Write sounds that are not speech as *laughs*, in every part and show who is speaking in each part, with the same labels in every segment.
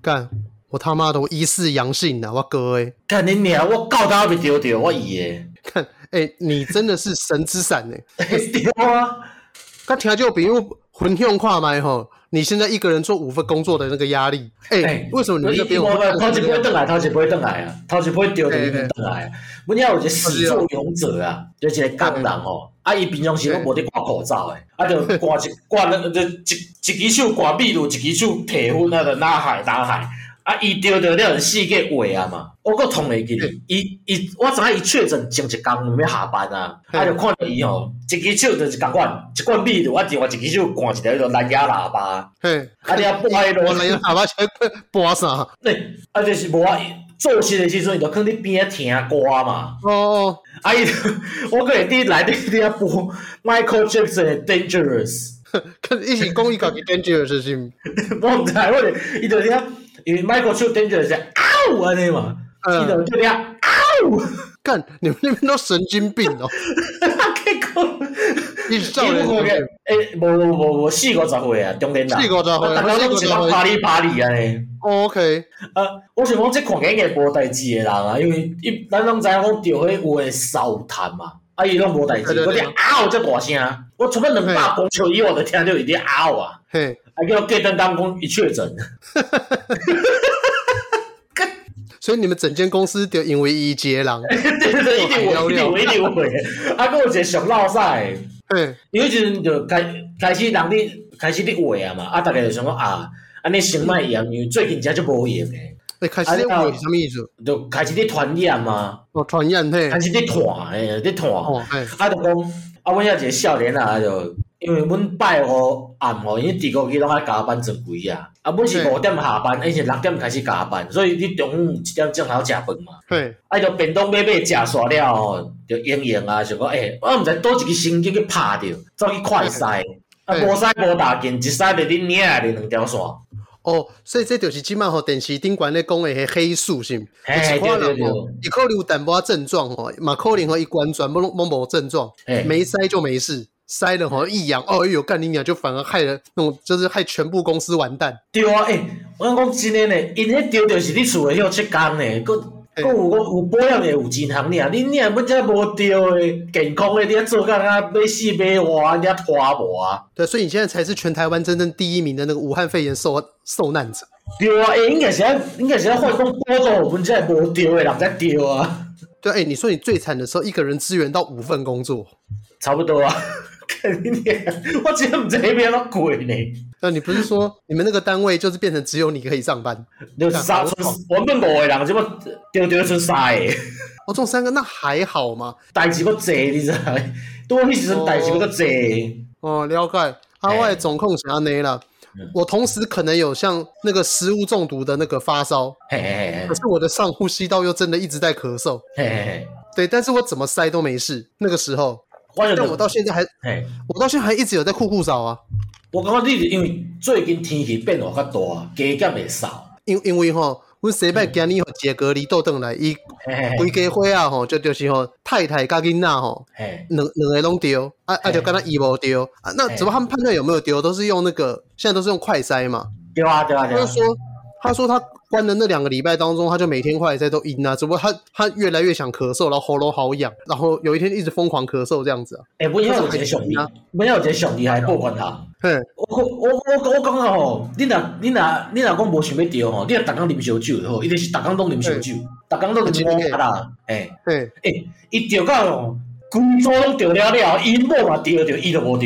Speaker 1: 干，我他妈的我疑似阳性啊！我哥哎，
Speaker 2: 看你娘，我告他被丢丢，我伊 *laughs* 诶，
Speaker 1: 看哎、你真的是神之伞哎、
Speaker 2: 丢啊！
Speaker 1: 刚听就比如混用跨麦吼，你现在一个人做五份工作的那个压力，哎、
Speaker 2: 哎
Speaker 1: 为什么你们那边
Speaker 2: 我
Speaker 1: 有
Speaker 2: 头一杯倒来，头一杯倒来啊，头一杯丢
Speaker 1: 嘿
Speaker 2: 丢
Speaker 1: 嘿
Speaker 2: 倒来啊。阮遐有一个始作俑者啊，就一个工人吼，啊伊平常时拢无咧挂口罩诶，啊
Speaker 1: *laughs*
Speaker 2: 就挂一挂那就一一只手挂秘鲁，一只手提烟啊，就哪海哪海。啊！伊丢着了四个话啊嘛，我搁通会记
Speaker 1: 嘿
Speaker 2: 哩。伊伊，我知影伊确诊前一工要下班啊，
Speaker 1: 嘿
Speaker 2: 啊就看着伊吼，一只手就是共款，一罐米露，啊另外一只手掼一条迄种蓝牙喇叭啊，
Speaker 1: 嘿，
Speaker 2: 啊你啊挂迄
Speaker 1: 我
Speaker 2: 落
Speaker 1: 来喇叭前播啥？哦
Speaker 2: 对，啊，就是无啊，做事的时阵，伊就放伫边仔听歌嘛。
Speaker 1: 哦，
Speaker 2: 啊，伊 *laughs* 我个会伫内底伫遐播 Michael Jackson 的 Dangerous，
Speaker 1: 看一起公益搞给 danger 的事情，
Speaker 2: 我毋知，我就伊就伫遐，因为 Michael 唱 Dangerous 是啊呜安尼嘛，
Speaker 1: 嗯
Speaker 2: 伊就伫遐啊
Speaker 1: *laughs*
Speaker 2: 呜，
Speaker 1: 干你们那边都神经病哦，
Speaker 2: 结果。
Speaker 1: 一起少年
Speaker 2: 伊有五个
Speaker 1: 神
Speaker 2: 诶，无无无无四五十岁啊，中年人，
Speaker 1: 四五十岁
Speaker 2: 啊大家拢
Speaker 1: 四五十
Speaker 2: 是
Speaker 1: 岁
Speaker 2: 拢啪里啪里安尼。
Speaker 1: 哦，OK，
Speaker 2: 啊，我想讲，即看起来无代志诶人啊，因为伊咱拢知影讲着迄有诶烧炭嘛，啊伊拢无代志，
Speaker 1: 对
Speaker 2: 我
Speaker 1: 对对
Speaker 2: 听嗷遮大声，啊我差不多两百公尺以外就听着伊伫嗷啊，
Speaker 1: 嘿，
Speaker 2: 啊叫隔登当讲伊确诊，
Speaker 1: 所以你们整间公司就因为一接狼，
Speaker 2: *laughs* 对对对，一定有一定有一定有诶，啊，佮有一个上闹赛的，
Speaker 1: 嘿， *laughs*
Speaker 2: 伊迄阵就开开始人伫开始伫话啊嘛，啊逐个就想讲啊，安尼先莫用，因为最近遮就无用诶，
Speaker 1: 哎，开始在问什么意思？
Speaker 2: 就开始伫传染啊，
Speaker 1: 哦，传染嘿，
Speaker 2: 开始伫传诶，伫传。
Speaker 1: 哦，嘿，
Speaker 2: 啊，就讲啊，阮遐一个少年啊，就因为阮拜五暗吼，因为地国去拢爱加班正规啊。啊，阮是
Speaker 1: 对
Speaker 2: 五点下班，伊是六点开始加班，所以你中午一点钟头食饭嘛。
Speaker 1: 嘿，
Speaker 2: 啊，就便当买买食煞了吼，就用用啊，想讲诶、欸，我毋知倒一个神经去拍着，走去快西。啊，
Speaker 1: 对
Speaker 2: 无西无大件，一西就恁领的两条线。
Speaker 1: 哦，所以这就是今麦吼电视顶管咧讲的迄黑素是毋？
Speaker 2: 嘿，
Speaker 1: 有
Speaker 2: 对
Speaker 1: 看
Speaker 2: 对
Speaker 1: 人
Speaker 2: 对，
Speaker 1: 吼，伊可能有淡薄仔症状吼，嘛可能吼伊关转某某某症状，
Speaker 2: 嘿
Speaker 1: 没塞就没事，塞了吼一阳，哦哎呦干你娘，就反而害了那种，就是害全部公司完蛋。
Speaker 2: 对啊，诶、我讲真诶呢，因迄钓着是你厝诶迄七工呢，佮
Speaker 1: 嘿
Speaker 2: 佮有讲有保险诶，有钱通领，你领要遮无钓诶，健康诶，你遐做工啊，要死要活，安尼遐拖磨啊。
Speaker 1: 对，所以你现在才是全台湾真正第一名的那个武汉肺炎受受难者。
Speaker 2: 对啊，诶、应该是要应该是要发讲补助，阮遮无钓诶人才钓啊，
Speaker 1: 对，哎，你说你最惨的时候，一个人支援到五份工作，
Speaker 2: 差不多啊。 *laughs* 肯定，我真毋知迄边怎过呢。
Speaker 1: 那你不是说你们那个单位就是变成只有你可以上班？
Speaker 2: 就三
Speaker 1: 干好
Speaker 2: 剩原本五个人，即要钓钓剩三个。
Speaker 1: 哦，中三个那还好嘛。
Speaker 2: 代志搁侪，你知道吗？拄好迄时阵代志搁侪。
Speaker 1: 哦，了解。啊，
Speaker 2: 嘿
Speaker 1: 我的总控想要内了
Speaker 2: 嗯。
Speaker 1: 我同时可能有像那个食物中毒的那个发烧，
Speaker 2: 嘿嘿嘿
Speaker 1: 可是我的上呼吸道又真的一直在咳嗽。
Speaker 2: 嘿嘿嘿，
Speaker 1: 对，但是我怎么塞都没事。那个时候，
Speaker 2: 我就
Speaker 1: 但我到现在还，
Speaker 2: 嘿，
Speaker 1: 我到现在还一直有在酷酷扫啊。
Speaker 2: 我感觉你是因为最近天气变化较大，加减会少。
Speaker 1: 因因为吼，阮西摆今年吼一个隔离倒转来，伊
Speaker 2: 嘿嘿
Speaker 1: 规家伙啊吼，就就是吼太太甲囡仔吼，
Speaker 2: 嘿，
Speaker 1: 两两个拢丢，啊啊就跟他伊无丢啊。那怎么他们判断有没有丢，都是用那个现在都是用快筛嘛。
Speaker 2: 对啊对啊
Speaker 1: 他
Speaker 2: 对
Speaker 1: 就
Speaker 2: 啊，
Speaker 1: 说，他说他关的那两个礼拜当中，他就每天快塞都阴啊，只不过他他越来越想咳嗽，然后喉咙好痒，然后有一天一直疯狂咳嗽这样子啊。
Speaker 2: 诶，阮遐有一个上帝，
Speaker 1: 啊
Speaker 2: 阮遐有一个上帝还报关他。
Speaker 1: 嗯，
Speaker 2: 啊我我我我感觉吼，你若你若你若讲无想要着吼，你若逐工啉烧酒就好，伊就是逐工拢啉烧酒，逐工拢啉乌鸦啦。诶
Speaker 1: 对，
Speaker 2: 诶，伊着到吼，规组拢着了了，伊某嘛着着，伊就无着。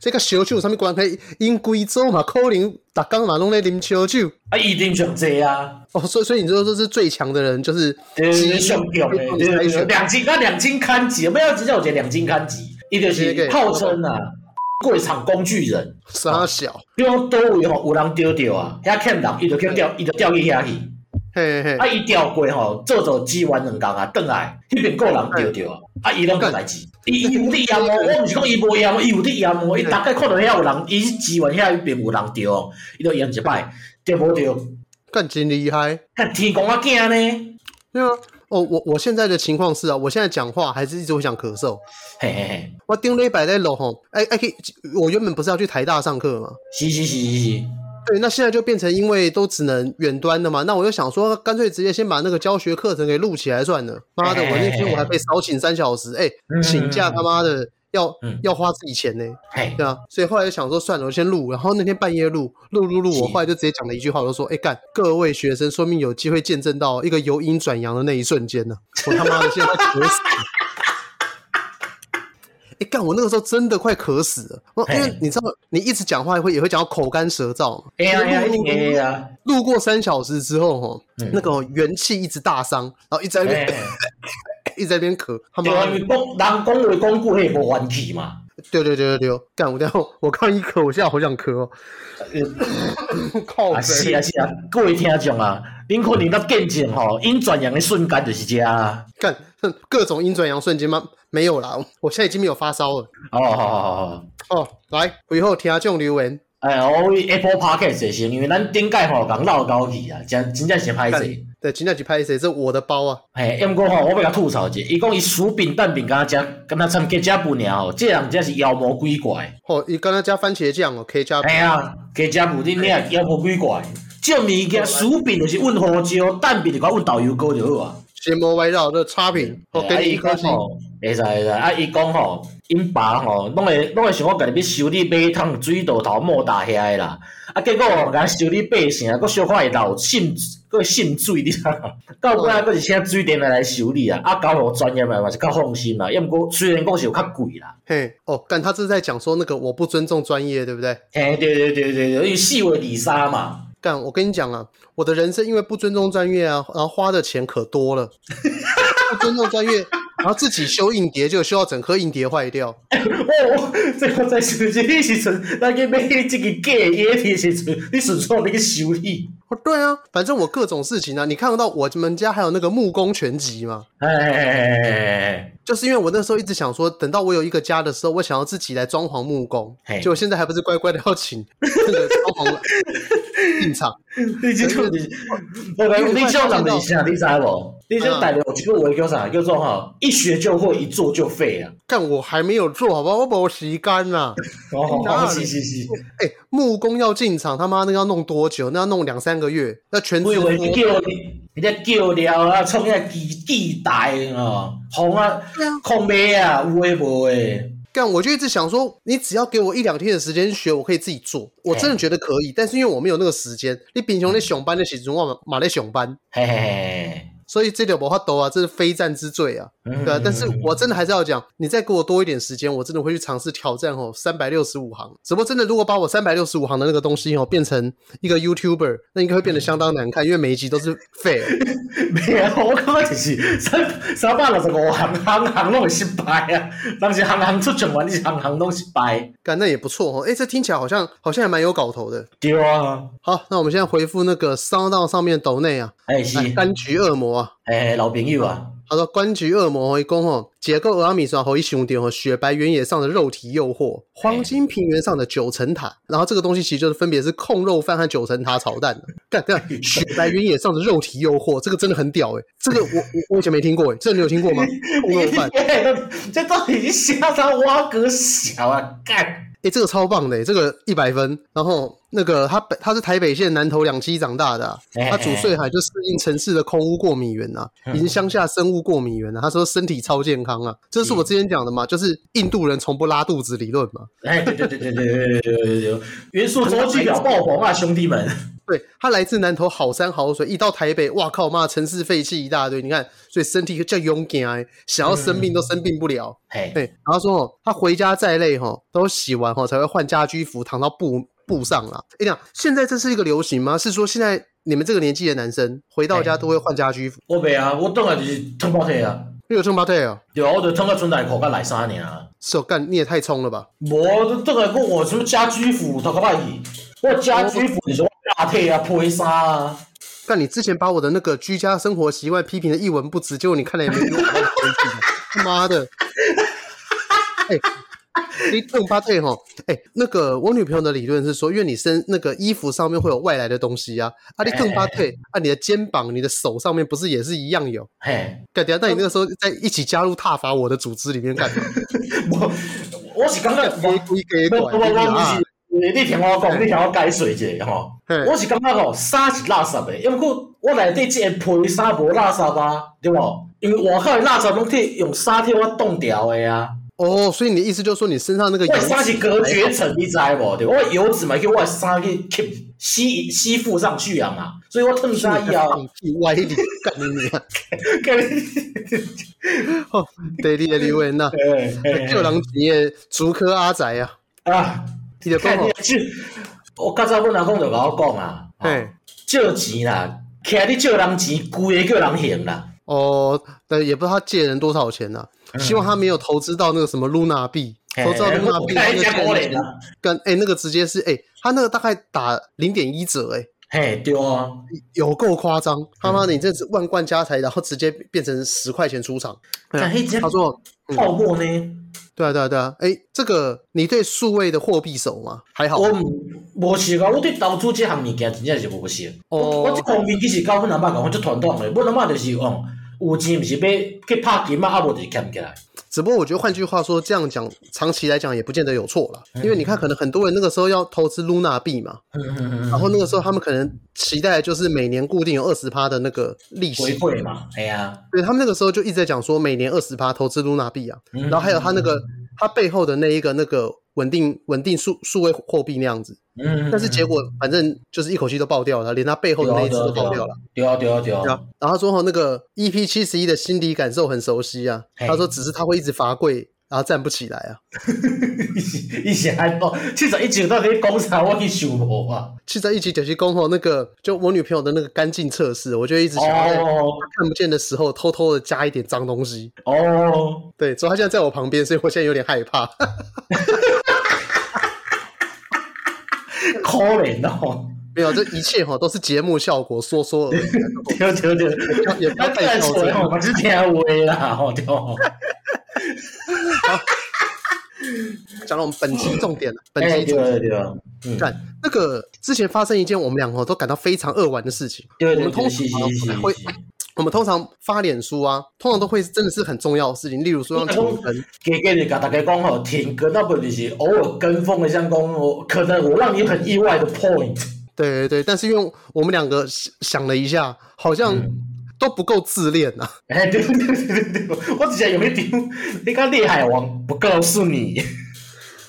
Speaker 1: 这个烧酒有啥物关系？因贵州嘛，可能逐工嘛拢在啉烧酒。
Speaker 2: 啊，伊啉上济啊，
Speaker 1: 哦，所以所以你说这是最强的人，就是基因
Speaker 2: 上强
Speaker 1: 被
Speaker 2: 诶，
Speaker 1: 放
Speaker 2: 对
Speaker 1: 在
Speaker 2: 对
Speaker 1: 一
Speaker 2: 对
Speaker 1: 起
Speaker 2: 两斤啊，两斤看级，不要只有一个两斤看级，伊就是号称啊，过场工具人，
Speaker 1: 傻小，
Speaker 2: 比如倒位吼有人丢掉啊，遐欠人，伊就去调，伊就调去遐去，
Speaker 1: 嘿嘿
Speaker 2: 啊，
Speaker 1: 嘿，
Speaker 2: 伊调过吼，做做支援两工啊，转来，迄边个人丢掉啊，啊，伊拢无代志，伊伊有伫淹哦，我毋是讲伊无淹哦，伊有伫淹哦，伊大概看到遐有人，伊去支援遐迄边有人丢哦，伊就淹一摆，着无着，
Speaker 1: 干真厉害。
Speaker 2: 但天公啊惊呢，
Speaker 1: 对啊，哦，我我现在的情况是啊，我现在讲话还是一直会想咳嗽。
Speaker 2: 嘿嘿嘿，
Speaker 1: 我顶礼拜在楼吼，哎哎，去我原本不是要去台大上课吗？
Speaker 2: 是是是是是。
Speaker 1: 对，那现在就变成因为都只能远端的嘛，那我就想说，干脆直接先把那个教学课程给录起来算了。妈的，我那天我还被少请三小时，哎、
Speaker 2: 嗯
Speaker 1: 请假他妈的要、
Speaker 2: 嗯
Speaker 1: 要花自己钱呢、
Speaker 2: 嘿，
Speaker 1: 对啊，所以后来就想说，算了，我先录。然后那天半夜录，录录录，
Speaker 2: 是
Speaker 1: 我后来就直接讲了一句话，我就说：“哎、干，各位学生，说明有机会见证到一个由阴转阳的那一瞬间呢、 *laughs* 我他妈的现在快渴死了！哎、干，我那个时候真的快渴死了。我因为
Speaker 2: 嘿
Speaker 1: 你知道，你一直讲话会也会讲到口干舌燥嘛。
Speaker 2: 哎呀哎呀，
Speaker 1: 录
Speaker 2: 一
Speaker 1: 录
Speaker 2: 定
Speaker 1: 录
Speaker 2: 会啊，
Speaker 1: 录过三小时之后，哦，
Speaker 2: 嗯
Speaker 1: 那个元气一直大伤，然后一直在那边、
Speaker 2: 哎，
Speaker 1: 一直在那边咳，他妈
Speaker 2: 对
Speaker 1: 的
Speaker 2: 啊，因为讲人讲话讲久，迄无元气嘛。
Speaker 1: 对对对对对，干！我等一下我刚一咳，我现在好想咳哦。 *laughs* 靠
Speaker 2: 啊，
Speaker 1: 背
Speaker 2: 是啊，是啊，各位听众啊，恁可能捌见证吼，因转阳的瞬间就是遮啊。
Speaker 1: 干哼各种阴转阳瞬间吗？没有啦，我现在已经没有发烧了。
Speaker 2: 哦，好好好好。
Speaker 1: 哦，来，我以后听这种留言，
Speaker 2: 哎，我为 Apple Podcast 的先，因为咱顶届吼讲闹高去啊，真真正是歹
Speaker 1: 干
Speaker 2: 势。
Speaker 1: 对，今天去拍谁？这我的包啊！
Speaker 2: 嘿，要毋过吼，我要甲吐槽者，伊讲伊薯饼蛋饼敢若食，敢若参加食饭尔吼，这人真是妖魔鬼怪。
Speaker 1: 哦，你刚刚加番茄酱哦，可以加。
Speaker 2: 哎呀，加食饭你你也妖魔鬼怪。这物件薯饼就是温胡椒，蛋饼就甲温豆油膏就好啊。
Speaker 1: 邪魔歪绕这差评，哦，
Speaker 2: 对
Speaker 1: 给
Speaker 2: 啊
Speaker 1: 你一
Speaker 2: 伊
Speaker 1: 颗
Speaker 2: 讲
Speaker 1: 星。
Speaker 2: 吼，会使会使，啊，伊讲吼，因爸吼，拢会拢会想我家己要修理马桶水道头莫打遐的啦，啊，结果吼，甲修理八成，佫小可会漏渗，佫会渗水，你知道吗？到尾啊，佫是请水电来来修理啊，啊，交互专业的嘛是较放心啦，要毋过虽然讲是有较贵啦，
Speaker 1: 嘿，哦，干，他这是在讲说那个我不尊重专业，对不对？
Speaker 2: 嘿，对对对对对，因为四月二三嘛，
Speaker 1: 干，我跟你讲啊，我的人生因为不尊重专业啊，然后花的钱可多了，不尊重专业，然后自己修硬碟，就修到整颗硬碟坏掉。
Speaker 2: 哦， *laughs* 这我在想这个时阵，咱去买即个假的液体的时阵，你顺便你去修理，
Speaker 1: 哦，对啊，反正我各种事情啊，你看得到我们家还有那个木工全集嘛，
Speaker 2: 哎。
Speaker 1: 就是因为我那时候一直想说，等到我有一个家的时候，我想要自己来装潢木工
Speaker 2: 嘿，
Speaker 1: 结果现在还不是乖乖的要请那个装潢 *laughs* 进场。
Speaker 2: 你这种你，我讲你这种人是啥？你知无？你这大陆有一句话叫啥？叫做哈，一学就会，一做就废啊！
Speaker 1: 但我还没有做好不啊好？我把我洗干啦。
Speaker 2: 哦，是是是，
Speaker 1: 哎、木工要进场，他妈那个要弄多久？那要弄两三个月，要全
Speaker 2: 我
Speaker 1: 职
Speaker 2: 以为你
Speaker 1: 服
Speaker 2: 叫你，你在叫了啊，创遐地地带哦，红啊，空麦啊，有诶无诶？
Speaker 1: 干，我就一直想说，你只要给我一两天的时间学，我可以自己做。我真
Speaker 2: 哎
Speaker 1: 的觉得可以，但是因为我没有那个时间，你平常在熊班的时阵，我嘛在熊班，
Speaker 2: 嘿嘿嘿，
Speaker 1: 所以这点我法抖啊，这是非战之罪啊。
Speaker 2: 嗯
Speaker 1: 对啊，但是我真的还是要讲，你再给我多一点时间，我真的会去尝试挑战哦三百六十五行。只不过真的，如果把我三百六十五行的那个东西哦变成一个 YouTuber，那应该会变得相当难看，因为每一集都是 fail。
Speaker 2: 没啊，我感觉就是三三百六十五行行行拢会失败啊，人是行行出状元，你是行行拢失败，
Speaker 1: 干，那也不错哦。哎，这听起来好像好像还蛮有搞头的。
Speaker 2: 对啊，
Speaker 1: 好，那我们现在回复那个 Sound On 上面抖内啊，
Speaker 2: 哎是，
Speaker 1: 哎柑橘恶魔啊。
Speaker 2: 哎老朋友啊。
Speaker 1: 他说：“柑橘恶魔一共哦，结构俄阿米耍和一兄弟哦，雪白原野上的肉体诱惑，黄金平原上的九层塔。然后这个东西其实就是分别是控肉饭和九层塔炒蛋的。干干，雪白原野上的肉体诱惑，这个真的很屌诶、这个我我我以前没听过诶、这个你有听过吗？控肉饭诶、
Speaker 2: 你这到底是瞎他挖哥小啊？干！
Speaker 1: 这个超棒的、诶这个一百分。然后那个他北他是台北县南投两期长大的啊、
Speaker 2: 哎
Speaker 1: 他祖岁还就适应城市的空污过敏源啊，已经乡下生物过敏源了、他说身体超健康啊，这是我之前讲的嘛，就是印度人从不拉肚子理论嘛。
Speaker 2: 哎，对对对对对对对对对，元素周期表爆棚啊，兄弟们！
Speaker 1: 对他来自南投好山好水，一到台北，哇靠妈，城市废气一大堆。你看，所以身体叫勇敢、欸，想要生病都生病不了。
Speaker 2: 嘿，
Speaker 1: 对，然后说哦，他回家再累哈，都洗完哈才会换家居服，躺到布布上啦。哎讲，现在这是一个流行吗？是说现在你们这个年纪的男生回到家都会换家居服？
Speaker 2: 我袂啊，我当然就是脱包体啊，
Speaker 1: 你有这么对哦？
Speaker 2: 对啊，我就脱个存内裤甲内衫尔。
Speaker 1: 是哦，干你也太冲了吧！
Speaker 2: 无，这个我什么家居服，头壳歹去。我家居服就是我大体啊、配衫啊。
Speaker 1: 但你之前把我的那个居家生活习惯批评的一文不值，结果你看了也没给我好好回复嘛他妈
Speaker 2: *laughs*
Speaker 1: 的！哎、你这种八对哈，哎、那个我女朋友的理论是说，因为你身那个衣服上面会有外来的东西啊，啊，你更八
Speaker 2: 哎
Speaker 1: 对啊，你的肩膀、你的手上面不是也是一样有？
Speaker 2: 嘿，
Speaker 1: 干掉，那你那个时候在一起加入踏伐我的组织里面干嘛？
Speaker 2: *laughs* 我我是感觉
Speaker 1: 给鬼给
Speaker 2: 不不
Speaker 1: 拐
Speaker 2: 不，我不
Speaker 1: 啊
Speaker 2: 是，你听我讲，你听我解释一下吼。
Speaker 1: 嘿
Speaker 2: 我是感觉吼，衫是垃圾的，因为过我内底即个皮衫无垃圾啊，对无？因为外口的垃圾拢替用衫替我冻掉的啊。
Speaker 1: 哦，所以你的意思就是说你身上那个
Speaker 2: 我
Speaker 1: 油
Speaker 2: 的衫是隔绝层，你知无？对，我的油脂嘛，叫我的衫去吸吸吸附上去啊嘛，所以我脱
Speaker 1: 是
Speaker 2: 衫以后，
Speaker 1: 放屁歪理，干你娘！哦，对你的留言
Speaker 2: *laughs*
Speaker 1: 呐，
Speaker 2: 对
Speaker 1: 叫人一个竹科阿仔
Speaker 2: *laughs*
Speaker 1: 啊，
Speaker 2: 啊，
Speaker 1: 你就讲
Speaker 2: 看
Speaker 1: 吼
Speaker 2: 你，就我较早阮阿公就甲我讲啊，
Speaker 1: 嘿，
Speaker 2: 借钱啦，徛你借人钱，规个叫人还啦。
Speaker 1: 哦，但也不知道他借人多少钱呐，希望他没有投资到那个什么 Luna 币，投资到 Luna 币那
Speaker 2: 嗯嘿
Speaker 1: 个
Speaker 2: 嘿嘿
Speaker 1: 借人
Speaker 2: 嘿
Speaker 1: 钱跟哎那个直接是哎，他那个大概打零点一折哎。
Speaker 2: 嘿，对啊，
Speaker 1: 有够夸张！他妈的，
Speaker 2: 嗯
Speaker 1: 你这是万贯家财，然后直接变成十块钱出场。对啊
Speaker 2: 但迄只
Speaker 1: 他说嗯
Speaker 2: 泡沫呢，：“
Speaker 1: 对啊，对啊，对啊，哎，这个你对数位的货币熟吗？还好，
Speaker 2: 我唔无熟啊，我对投资这项物件真正是无熟。
Speaker 1: 哦
Speaker 2: 我这方面其实甲阮阿嬷讲，我足传统的，阮阿嬷就是讲，有钱毋是要去拍金啊，啊无就是欠起来。
Speaker 1: 只不过我觉得，换句话说，这样讲，长期来讲也不见得有错啦。
Speaker 2: 嗯
Speaker 1: 因为你看，可能很多人那个时候要投资 Luna 币嘛，
Speaker 2: 嗯
Speaker 1: 然后那个时候他们可能期待的就是每年固定有二十趴的那个利息
Speaker 2: 回，馈嘛，哎呀，
Speaker 1: 对他们那个时候就一直在讲说每年二十趴投资 Luna 币啊，
Speaker 2: 嗯
Speaker 1: 然后还有他那个他背后的那一个那个稳定稳定数数位货币那样子。”
Speaker 2: 嗯，啊
Speaker 1: 但是结果反正就是一口气都爆掉了，连他背后的那一只都爆掉了。
Speaker 2: 对啊，对啊，对啊，
Speaker 1: 对啊，然后他说哈，那个 EP 七十一的心理感受很熟悉啊。
Speaker 2: 嘿
Speaker 1: 他说只是他会一直罚跪，然后站不起来啊。
Speaker 2: 伊 *laughs* 是伊是安哦，七十一集到底讲啥，我去想无啊。
Speaker 1: 七在一起九七公吼，那个就我女朋友的那个干净测试，我就一直想要在
Speaker 2: 哦
Speaker 1: 看不见的时候偷偷的加一点脏东西。
Speaker 2: 哦，
Speaker 1: 对，所以他现在在我旁边，所以我现在有点害怕。 *laughs*
Speaker 2: 可怜哦，
Speaker 1: 没有，这一切哈都是节目效果，说说
Speaker 2: *laughs*
Speaker 1: 而已。
Speaker 2: 对对对。
Speaker 1: 也 *laughs* 不要
Speaker 2: 他
Speaker 1: 太
Speaker 2: 太
Speaker 1: 较
Speaker 2: 蠢
Speaker 1: 真。
Speaker 2: 哦，我是听话啦， *laughs* 吼对哦。
Speaker 1: 讲到我们本期重
Speaker 2: *laughs*
Speaker 1: 点了，本
Speaker 2: 哎，
Speaker 1: 期
Speaker 2: 对
Speaker 1: 重
Speaker 2: 啊
Speaker 1: 点。
Speaker 2: 对啊，嗯，
Speaker 1: 干那个之前发生一件我们两个都感到非常扼腕的事情。
Speaker 2: 对
Speaker 1: 我
Speaker 2: 对
Speaker 1: 们
Speaker 2: 对，
Speaker 1: 通
Speaker 2: 是
Speaker 1: 常
Speaker 2: 是
Speaker 1: 啊
Speaker 2: 是
Speaker 1: 会
Speaker 2: 是。
Speaker 1: 我们通常发脸书啊，通常都会是真的是很重要的事情，例如说像停更，
Speaker 2: 给给你，甲大家讲吼，停歌那不就是偶尔跟风的，像讲我可能我让你很意外的 point， *laughs*
Speaker 1: 对对对。但是因为我们两个想想了一下，好像都不够自恋呐、啊。 *laughs*
Speaker 2: 哎，对对对对对，我之前有一丢，你看厉害王不告诉你，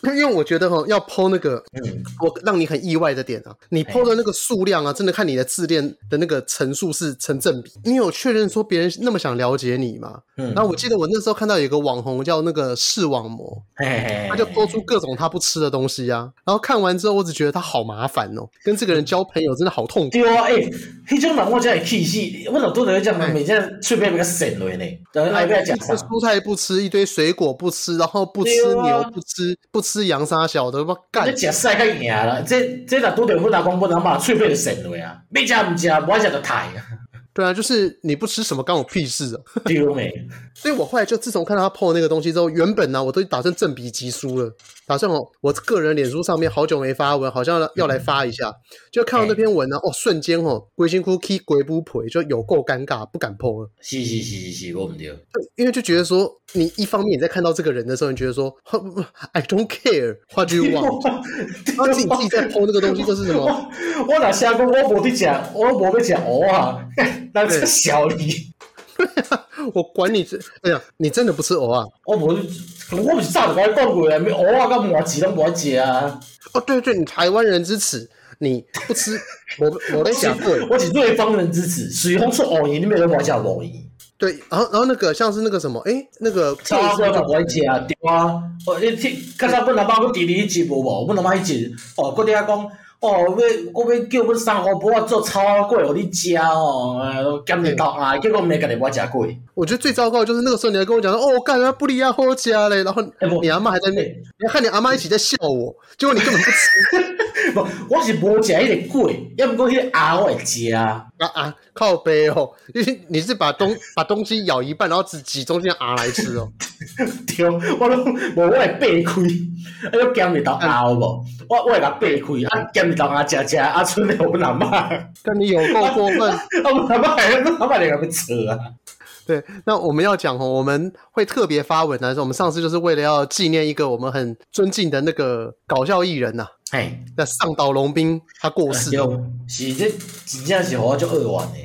Speaker 1: 因为我觉得哈，要剖那个
Speaker 2: 嗯，
Speaker 1: 我让你很意外的点啊，你剖的那个数量啊，真的看你的自恋的那个层数是成正比。你有确认说别人那么想了解你吗？
Speaker 2: *laughs* 嗯
Speaker 1: 然后我记得我那时候看到有个网红叫那个视网膜，
Speaker 2: 哎，
Speaker 1: 他就多出各种他不吃的东西啊。然后看完之后，我只觉得他好麻烦哦，跟这个人交朋友真的好痛苦。
Speaker 2: 对啊，哎、迄种人我才会气死，我老多人
Speaker 1: 哎
Speaker 2: 讲，每天随便要个神落呢，但爱要哎讲
Speaker 1: 一
Speaker 2: 啥
Speaker 1: 堆？蔬菜不吃，一堆水果不吃，然后不吃
Speaker 2: 对啊
Speaker 1: 牛，不吃不吃羊沙小的，我干
Speaker 2: 你食屎较赢啦，这这若拄着阮阿公阮阿嬷，喙边就神落啊，要食毋食，无爱食就刣， *laughs*
Speaker 1: 对啊，就是你不吃什么干我屁事啊！
Speaker 2: 对未？
Speaker 1: 所以我后来就自从看到他 PO 那个东西之后，原本呢、我都打算正比级输了，打算哦，我个人脸书上面好久没发文，好像要来发一
Speaker 2: 嗯
Speaker 1: 下，就看
Speaker 2: 哎
Speaker 1: 到那篇文呢、哦，瞬间哦，龟辛苦 k 鬼不赔，就有够尴尬，不敢 PO 了。
Speaker 2: 是是是是是，我毋对，
Speaker 1: 因为就觉得说，你一方面你在看到这个人的时候，你觉得说呵不不，I *laughs* don't care what you want，然
Speaker 2: *laughs*
Speaker 1: 后自己自己在 PO 那个东西，就是什么？
Speaker 2: 我我若写讲我无伫食，我无要食蚵啊， *laughs* 咱这小你，
Speaker 1: 我管你这，哎呀，你真的不吃藕啊？
Speaker 2: 我无，我毋是早就甲你讲过啊，蚵啊甲麻糍拢无爱食啊，
Speaker 1: 哦，对对，你台湾人之耻，你不吃，我我在想过，
Speaker 2: 我是瑞芳人之子，随风出蚵圆，你咪拢无爱食蚵圆。
Speaker 1: 对，然后然后那个像是那个什么，哎，那个
Speaker 2: 超阿哥嘛，我食对啊，哦，你听，较早阮阿妈，阮弟弟迄集无无，阮阿妈迄集，哦，搁伫遐讲，哦，要我要叫阮三姑婆啊做炒阿粿互你食哦，呃咸你到啊，结果毋是家己我食过。
Speaker 1: 我觉得最糟糕的就是那个时候你还跟我讲说，哦，干啊，不离啊，好家嘞，然后
Speaker 2: 哎不
Speaker 1: 你阿妈还在那，
Speaker 2: 哎
Speaker 1: 你还看你阿妈一起在笑我，结果你根本不吃
Speaker 2: 无，我是无食迄个粿，要毋过迄个鸭我会食啊。
Speaker 1: 啊啊，靠背哦，你是你是把 *laughs* 东把东西咬一半，然后只挤中间啊来吃 *laughs* 哦。
Speaker 2: 对，我拢无我会掰开，啊，要咸你到鸭有无？我我会甲掰开，啊，咸你到鸭食食，啊，剩诶阮阿嬷，啊，
Speaker 1: 跟你有够过分，
Speaker 2: 阮阿嬷，阮阿嬷两个要扯啊。
Speaker 1: *laughs* 对，那我们要讲哦，我们会特别发文但是我们上次就是为了要纪念一个我们很尊敬的那个搞笑艺人呐、啊
Speaker 2: 嘿，
Speaker 1: 那上岛龙兵他过世
Speaker 2: 对，是这真正是互我足扼腕的。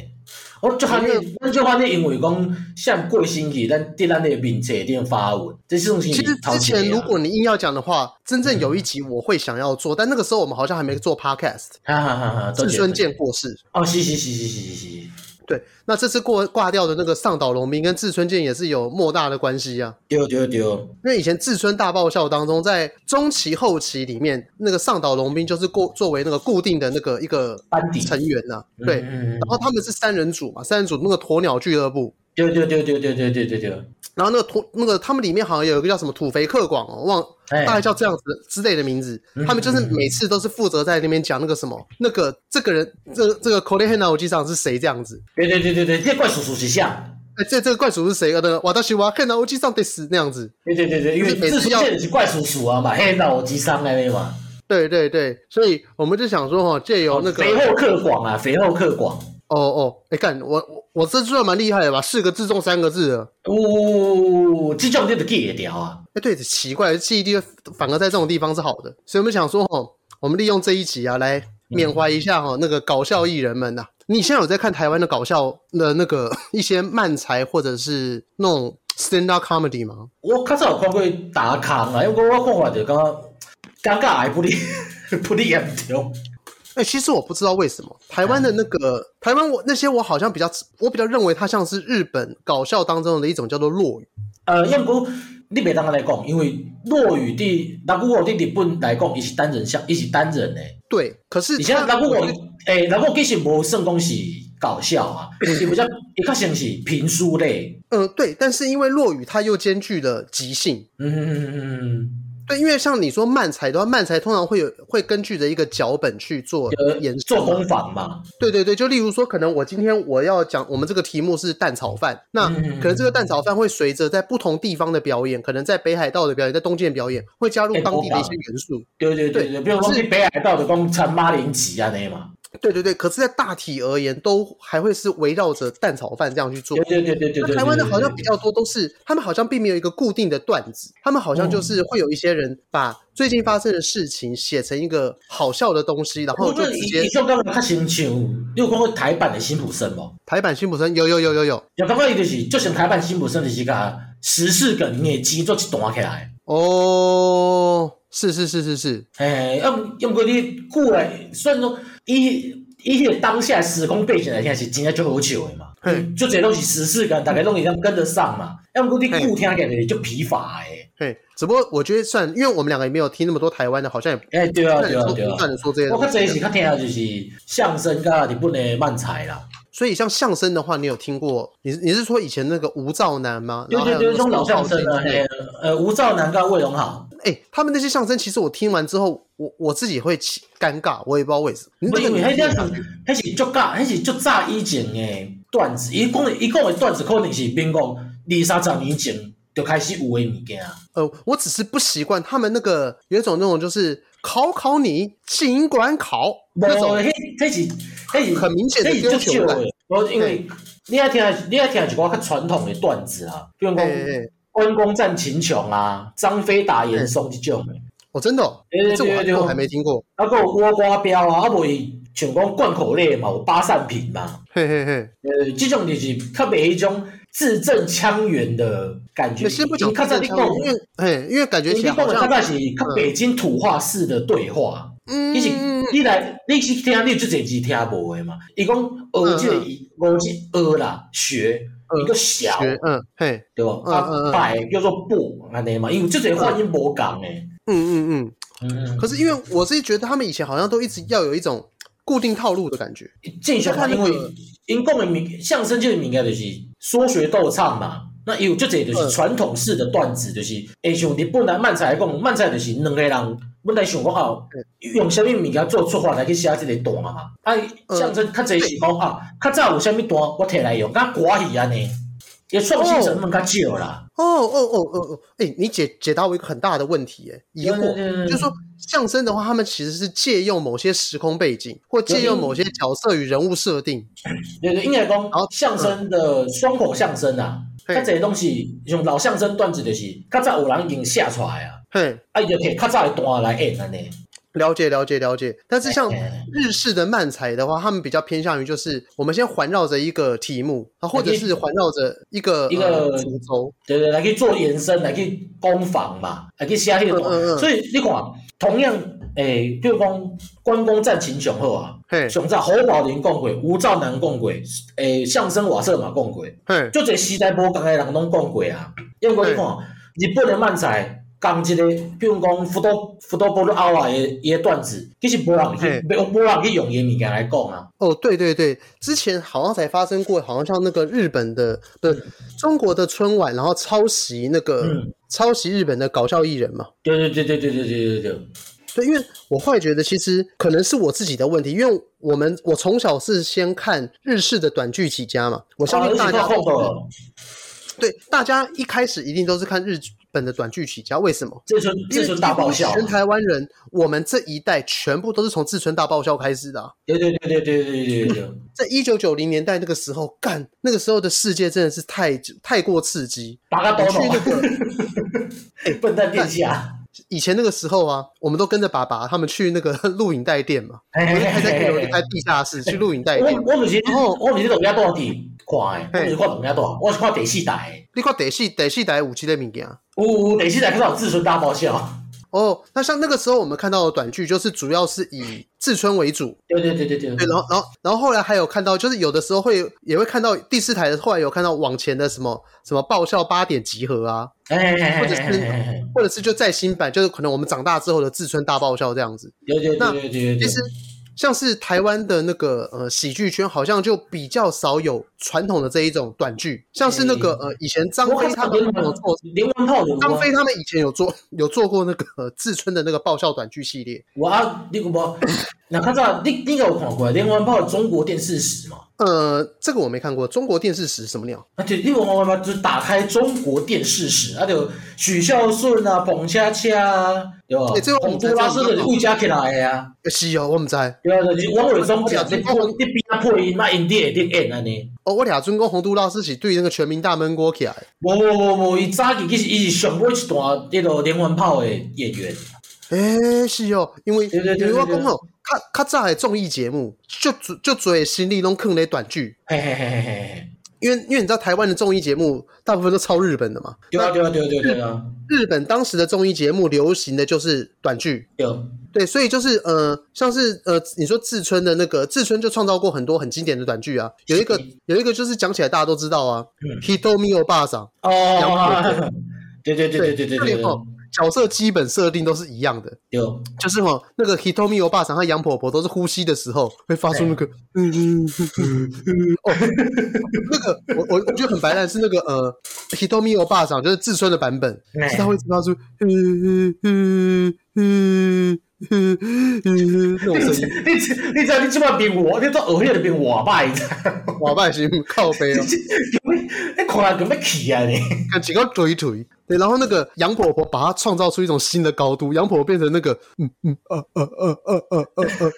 Speaker 2: 我足反正，咱足反正，因为讲像过星期，咱伫咱的面册顶发文，这种是
Speaker 1: 其实
Speaker 2: 头一
Speaker 1: 之
Speaker 2: 个
Speaker 1: 前如
Speaker 2: 啊
Speaker 1: 果你硬要讲的话，真正有一集我会想要做，但那个时候我们好像还没做 podcast。
Speaker 2: 哈哈哈哈，都
Speaker 1: 志
Speaker 2: 觉
Speaker 1: 尊
Speaker 2: 得
Speaker 1: 健过世，
Speaker 2: 哦，是是是是是是是，
Speaker 1: 对，那这次过挂掉的那个上岛龙兵跟志村健也是有莫大的关系啊。
Speaker 2: 对对对，
Speaker 1: 因为以前志村大爆笑当中，在中期后期里面，那个上岛龙兵就是过作为那个固定的那个一个
Speaker 2: 班底，
Speaker 1: 成员呐、对。
Speaker 2: 嗯
Speaker 1: 然
Speaker 2: 嗯嗯
Speaker 1: 后他们是三人组嘛，三人组那个鸵鸟俱乐部，
Speaker 2: 对对对对对对对对对，
Speaker 1: 然后那个鸵那个他们里面好像有一个叫什么土肥克广哦，忘
Speaker 2: 哎嗯
Speaker 1: 大概叫这样子之类的名字。他们就是每次都是负责在那边讲那个什么，那个这个人这这个 c o l e h e n a 我记上是谁这样子，
Speaker 2: 对对对对对，这怪叔叔是像。
Speaker 1: 哎，这这个怪叔是谁？呃，那个瓦达西瓦看到我记上得死那样子。
Speaker 2: 对对对对，因为自从这是怪叔叔啊嘛，黑到我机伤那边嘛，
Speaker 1: 对对对，所以我们就想说哈、哦，借由那个
Speaker 2: 肥厚客广啊，肥厚客广，
Speaker 1: 哦哦，哎干，我我我这算蛮厉害的吧？四个字中三个字了。
Speaker 2: 呜，这种你就记得掉啊，
Speaker 1: 哎，对，奇怪，记忆力反而在这种地方是好的，所以我们想说哦，我们利用这一集啊，来缅怀一下哈、哦那个搞笑艺人们呐、你现在有在看台湾的搞笑的那个一些漫才或者是那种 stand up comedy 吗？
Speaker 2: 我较早有看过打康啊，因为我看法就感觉尴尬还不哩 *laughs* 不哩严重，
Speaker 1: 哎、其实我不知道为什么台湾的那个、台湾我那些我好像比较我比较认为它像是日本搞笑当中的一种叫做落语。
Speaker 2: 呃，因过你袂当安尼讲，因为落雨伫，那如果伫日本来讲，伊是单人项，伊是单人诶，
Speaker 1: 对，可是
Speaker 2: 而且
Speaker 1: 它
Speaker 2: 那如果诶，那我其实无算讲是搞笑啊，伊比较伊较像是评书类，
Speaker 1: 嗯，对，但是因为落雨，它又兼具了即兴。
Speaker 2: 嗯嗯嗯嗯嗯。
Speaker 1: 对，因为像你说漫才的话，漫才通常会有会根据着一个脚本去做
Speaker 2: 呃
Speaker 1: 延伸
Speaker 2: 做
Speaker 1: 嘛
Speaker 2: 工坊嘛，
Speaker 1: 对对对，就例如说，可能我今天我要讲我们这个题目是蛋炒饭，那
Speaker 2: 嗯
Speaker 1: 可能这个蛋炒饭会随着在不同地方的表演，可能在北海道的表演，在东京的表演，会加入
Speaker 2: 变
Speaker 1: 当
Speaker 2: 多
Speaker 1: 地的一
Speaker 2: 吧
Speaker 1: 些元素。
Speaker 2: 对对对对，比如
Speaker 1: 可
Speaker 2: 讲
Speaker 1: 是
Speaker 2: 去北海道就讲参马林吉安尼嘛，
Speaker 1: 对对对，可是，在大体而言，都还会是围绕着蛋炒饭这样去做
Speaker 2: 对。对对对对
Speaker 1: 那
Speaker 2: 对。
Speaker 1: 台湾的
Speaker 2: 对
Speaker 1: 好像比，较多都是，他们好像并没有一个固定的段子，他们好像
Speaker 2: 哦
Speaker 1: 就是会有一些人把最近发生的事情写成一个好笑的东西，然后
Speaker 2: 我
Speaker 1: 就
Speaker 2: 觉得
Speaker 1: 直
Speaker 2: 伊
Speaker 1: 接
Speaker 2: 伊种感觉较亲像，你有讲过台版的辛普森无？
Speaker 1: 台版辛普森有有有有有
Speaker 2: 有感觉伊就是，就像台版辛普森就是甲时事梗硬挤做一段起来。
Speaker 1: 哦，是是是是是，
Speaker 2: 嘿，要不要不过你过来，虽然说伊伊迄个当下时空背景来听是真正足好笑的嘛，
Speaker 1: 嘿
Speaker 2: 就这拢是时事梗，大概拢会当跟得上嘛。要不过你
Speaker 1: 嘿
Speaker 2: 固听起来就疲乏诶。
Speaker 1: 嘿，只不过我觉得算，因为我们两个也没有听那么多台湾的，好像也
Speaker 2: 哎，对啊，
Speaker 1: 不
Speaker 2: 对啊，
Speaker 1: 能
Speaker 2: 对
Speaker 1: 说
Speaker 2: 啊
Speaker 1: 不。能说这些
Speaker 2: 我
Speaker 1: 东
Speaker 2: 较侪是
Speaker 1: 西。
Speaker 2: 较听的就是相声甲日本的漫才啦，
Speaker 1: 所以像相声的话，你有听过？你你是说以前那个吴兆南吗？
Speaker 2: 对
Speaker 1: 然后还
Speaker 2: 对
Speaker 1: 有
Speaker 2: 对，
Speaker 1: 那
Speaker 2: 种
Speaker 1: 个
Speaker 2: 老
Speaker 1: 邵
Speaker 2: 相
Speaker 1: 少
Speaker 2: 声啊，
Speaker 1: 之类
Speaker 2: 嘿
Speaker 1: 的，
Speaker 2: 呃，吴兆南甲魏荣豪，
Speaker 1: 哎、他们那些相声，其实我听完之后，我我自己会起尴尬，我也不知道为什么。你
Speaker 2: 我
Speaker 1: 那个
Speaker 2: 因为
Speaker 1: 年
Speaker 2: 迄
Speaker 1: 纪
Speaker 2: 只
Speaker 1: 啊
Speaker 2: 是迄是足早，迄是足早以前的段子，伊讲的伊讲的段子可能是民国二三十年前就开始有的物件，啊
Speaker 1: 呃，我只是不习惯他们那个有一种那种就是考考你，尽管考
Speaker 2: 无
Speaker 1: 那种
Speaker 2: 迄迄是迄是
Speaker 1: 很明显的
Speaker 2: 迄是
Speaker 1: 丢
Speaker 2: 足少
Speaker 1: 球感
Speaker 2: 的。，无因为你爱听你爱听一寡较传统的段子啊，比如
Speaker 1: 哎
Speaker 2: 讲
Speaker 1: 哎哎
Speaker 2: 关公战秦琼啊，张飞打严嵩这种的。
Speaker 1: 哦，真的、哦，
Speaker 2: 对对
Speaker 1: 这我还
Speaker 2: 对对
Speaker 1: 我还没听过，
Speaker 2: 啊，还有倭瓜标啊，啊，无伊像讲贯口类嘛，有八扇屏嘛，
Speaker 1: 嘿嘿嘿，
Speaker 2: 呃，即种就是较袂迄种字正腔圆的感觉。
Speaker 1: 那先不讲
Speaker 2: 你较早
Speaker 1: 这
Speaker 2: 你
Speaker 1: 个
Speaker 2: 讲
Speaker 1: 腔，因为嘿，因为感觉
Speaker 2: 你
Speaker 1: 起来
Speaker 2: 讲的
Speaker 1: 好
Speaker 2: 较
Speaker 1: 像，
Speaker 2: 早是较北京土话式的对话，
Speaker 1: 嗯
Speaker 2: 你是你来你是听你即阵是听无的嘛？伊讲学即个学即学啦，学一个小
Speaker 1: 嗯学，嗯，嘿，
Speaker 2: 对吧？
Speaker 1: 嗯嗯
Speaker 2: 啊，
Speaker 1: 嗯
Speaker 2: 摆叫做不安尼嘛，因为即阵发音无共诶。
Speaker 1: 嗯嗯嗯。
Speaker 2: 嗯嗯，
Speaker 1: 可是因为我是觉得他们以前好像都一直要有一种固定套路的感觉，
Speaker 2: 正常嘛，因为因讲的名相声这个物件就是说学逗唱嘛。那也有即个
Speaker 1: 嗯
Speaker 2: 就是传统式的段子，就是会像日本来漫才来讲，漫才就是两个人本来想讲啊，用什么物件做出发来去写这个段嘛。
Speaker 1: 嗯
Speaker 2: 啊啊，相声较侪是讲啊，较早有啥物段我摕来用，甲歌戏安尼。也创新成本较少啦。
Speaker 1: 哦哦哦哦哦，哎、你解解答我一个很大的问题、哎，疑惑，就是说相声的话，他们其实是借用某些时空背景，或借用某些角色与人物设定。
Speaker 2: 对对，应该讲
Speaker 1: 好嗯
Speaker 2: 相声的双口相声啊，
Speaker 1: 嘿
Speaker 2: 较侪拢是像老相声段子，就是较早有人已经写出来啊，
Speaker 1: 嘿，
Speaker 2: 啊，伊就摕较早的段来演安尼。
Speaker 1: 了解了解了解。但是像
Speaker 2: 嘿
Speaker 1: 日式的漫才的话，他们比较偏向于就是我们先环绕着一个题目，啊，或者是环绕着一个
Speaker 2: 哎一个
Speaker 1: 呃主轴。
Speaker 2: 对对，来去做延伸，来去攻防嘛，来去写迄个
Speaker 1: 嗯
Speaker 2: 段。
Speaker 1: 嗯嗯
Speaker 2: 所以你看，同样诶，比如讲关公战秦琼好啊，
Speaker 1: 嘿
Speaker 2: 上早侯宝林讲过，吴兆南讲过，诶，相声瓦舍嘛讲过，
Speaker 1: 嘿，
Speaker 2: 足侪时代无共诶人拢讲过啊。因为你看，日本诶漫才讲一个，比如讲福岛福岛波鲁奥啊诶伊诶段子，其实无人去，无无人去用伊物件来讲啊。
Speaker 1: 哦，对对对，之前好像才发生过，好像像那个日本的不是中国的春晚，然后抄袭那个、
Speaker 2: 嗯
Speaker 1: 抄袭日本的搞笑艺人嘛。
Speaker 2: 对对对对对对对对对，
Speaker 1: 对，因为我后来觉得，其实可能是我自己的问题，因为我们我从小是先看日式的短剧起家嘛，我
Speaker 2: 啊哦
Speaker 1: 相信大家、
Speaker 2: 后头，
Speaker 1: 对大家一开始一定都是看日本的短剧起家，为什么？
Speaker 2: 这阵
Speaker 1: 因
Speaker 2: 这
Speaker 1: 为
Speaker 2: 阵大爆
Speaker 1: 几
Speaker 2: 笑
Speaker 1: 乎
Speaker 2: 啊。
Speaker 1: 全台湾人，我们这一代全部都是从《志村大爆笑》开始的啊、
Speaker 2: 对对对对对对对对
Speaker 1: *laughs*
Speaker 2: 对，
Speaker 1: 在一九九零年代那个时候，干那个时候的世界真的是太太过刺激。
Speaker 2: 大家
Speaker 1: 我
Speaker 2: 都
Speaker 1: 去那
Speaker 2: 懂，
Speaker 1: 个
Speaker 2: 笨蛋殿 *laughs* 下，
Speaker 1: 以前那个时候啊，我们都跟着爸爸他们去那个 *laughs* 录影带店嘛，
Speaker 2: 嘿
Speaker 1: 我
Speaker 2: 嘿
Speaker 1: 就
Speaker 2: 嘿
Speaker 1: 开在 K 楼，
Speaker 2: 嘿
Speaker 1: 就开地下室去录影带店。
Speaker 2: 哎我我就是
Speaker 1: 然后
Speaker 2: 我就是龙家大地看的，我就是看龙家大，我是看第四台
Speaker 1: 你看第四第四台有这类物件。
Speaker 2: 的，有有第四台看到自尊大爆笑，
Speaker 1: *laughs* 哦，那像那个时候我们看到的短剧，就是主要是以志村为主，
Speaker 2: 对对对对对
Speaker 1: 对，，然后然后然后后来还有看到，就是有的时候会也会看到第四台的，后来有看到往前的什么什么爆笑八点集合啊，
Speaker 2: 哎哎
Speaker 1: 或者
Speaker 2: 哎
Speaker 1: 是
Speaker 2: 哎，
Speaker 1: 或者是就再新版，就是可能我们长大之后的志村大爆笑这样子。
Speaker 2: 对对对对对
Speaker 1: 其
Speaker 2: 对
Speaker 1: 实，像是台湾的那个呃喜剧圈，好像就比较少有传统的这一种短剧，像是那个呃以前张
Speaker 2: 我看
Speaker 1: 飞他们有做，
Speaker 2: 连环炮有
Speaker 1: 张
Speaker 2: 啊
Speaker 1: 飞，他们以前有做有做过那个呃志村的那个爆笑短剧系列，
Speaker 2: 我啊，你有无？那较早你你有看过连环炮中国电视史嘛？
Speaker 1: 呃，这个我没看过，中国电视史什么鸟？
Speaker 2: 啊，对，你有看过吗？就是打开中国电视史，啊，就许孝顺啊，彭恰恰啊，对吧
Speaker 1: 欸这个？我
Speaker 2: 洪
Speaker 1: 们才
Speaker 2: 都拉斯
Speaker 1: 知道
Speaker 2: 的物价起来的啊。
Speaker 1: 呃是哦，我们在
Speaker 2: 对啊，就是王伟忠讲，你
Speaker 1: 对啊
Speaker 2: 配你边啊配音，那因你会得演安尼。
Speaker 1: 哦，我俩尊公洪都拉斯起对那个全民大闷锅起来，
Speaker 2: 无无无无，伊早期其实伊是上尾一段迄落连环炮的演员。
Speaker 1: 诶，是哦，因为
Speaker 2: 对对对
Speaker 1: 因为我
Speaker 2: 对对
Speaker 1: 讲哦，较较早的综艺节目，就就最心力拢坑咧短剧。
Speaker 2: 嘿嘿嘿嘿嘿嘿。
Speaker 1: 因为因为你知道台湾的综艺节目大部分都抄日本的嘛，
Speaker 2: 对啊对啊对啊对啊对啊
Speaker 1: 日本当时的综艺节目流行的就是短剧，
Speaker 2: 对啊。
Speaker 1: 对，所以就是呃，像是呃，你说志村的那个志村就创造过很多很经典的短剧啊，有一个
Speaker 2: 是
Speaker 1: 有一个就是讲起来大家都知道啊
Speaker 2: 嗯
Speaker 1: ，Hitomi o b a 桑，
Speaker 2: 哦。对对对对对对
Speaker 1: 这
Speaker 2: 对
Speaker 1: 里哦角色基本设定都是一样的，
Speaker 2: 对。
Speaker 1: 就是哦，那个 Hitomi o b a 桑和杨婆婆都是呼吸的时候会发出那个嗯嗯嗯嗯嗯哦，那个我我我觉得很白烂是那个呃 Hitomi o b a 桑就是志村的版本。
Speaker 2: 哎
Speaker 1: 是他会知道出呃呃呃呃呃那种声音，
Speaker 2: 你知你知道你即摆变我，你做学迄个变我歹，你知道
Speaker 1: 瓦拜型靠背哦，
Speaker 2: 你看人咁要气啊你。
Speaker 1: 看几个腿腿。对，然后那个杨婆婆把她创造出一种新的高度，杨婆婆变成那个嗯嗯呃呃呃呃呃呃呃，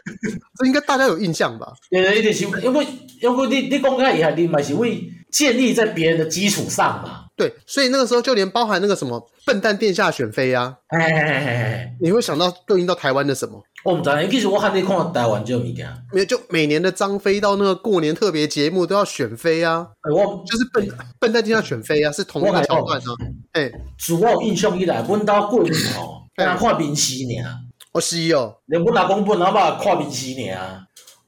Speaker 1: 这应该大家有印象吧？
Speaker 2: 对对，一呃定是因为因为你你讲较厉害，你嘛是为建立在别人的基础上嘛。
Speaker 1: 对，所以那个时候就连包含那个什么笨蛋殿下选妃啊，
Speaker 2: 哎哎哎哎哎，
Speaker 1: 你会想到对应到台湾的什么？
Speaker 2: 哦我毋知道，其实我汉你看台湾这物件，哎
Speaker 1: 没有，就每年的张飞到那个过年特别节目都要选妃啊，
Speaker 2: 哎我
Speaker 1: 就是笨笨蛋殿下选妃啊，是同一个桥段啊。哎、
Speaker 2: 自我有印象以来，阮兜过年吼，
Speaker 1: 哎
Speaker 2: 敢看面试尔，
Speaker 1: 我、哦、是哦，
Speaker 2: 连阮阿公本阿爸看面试尔，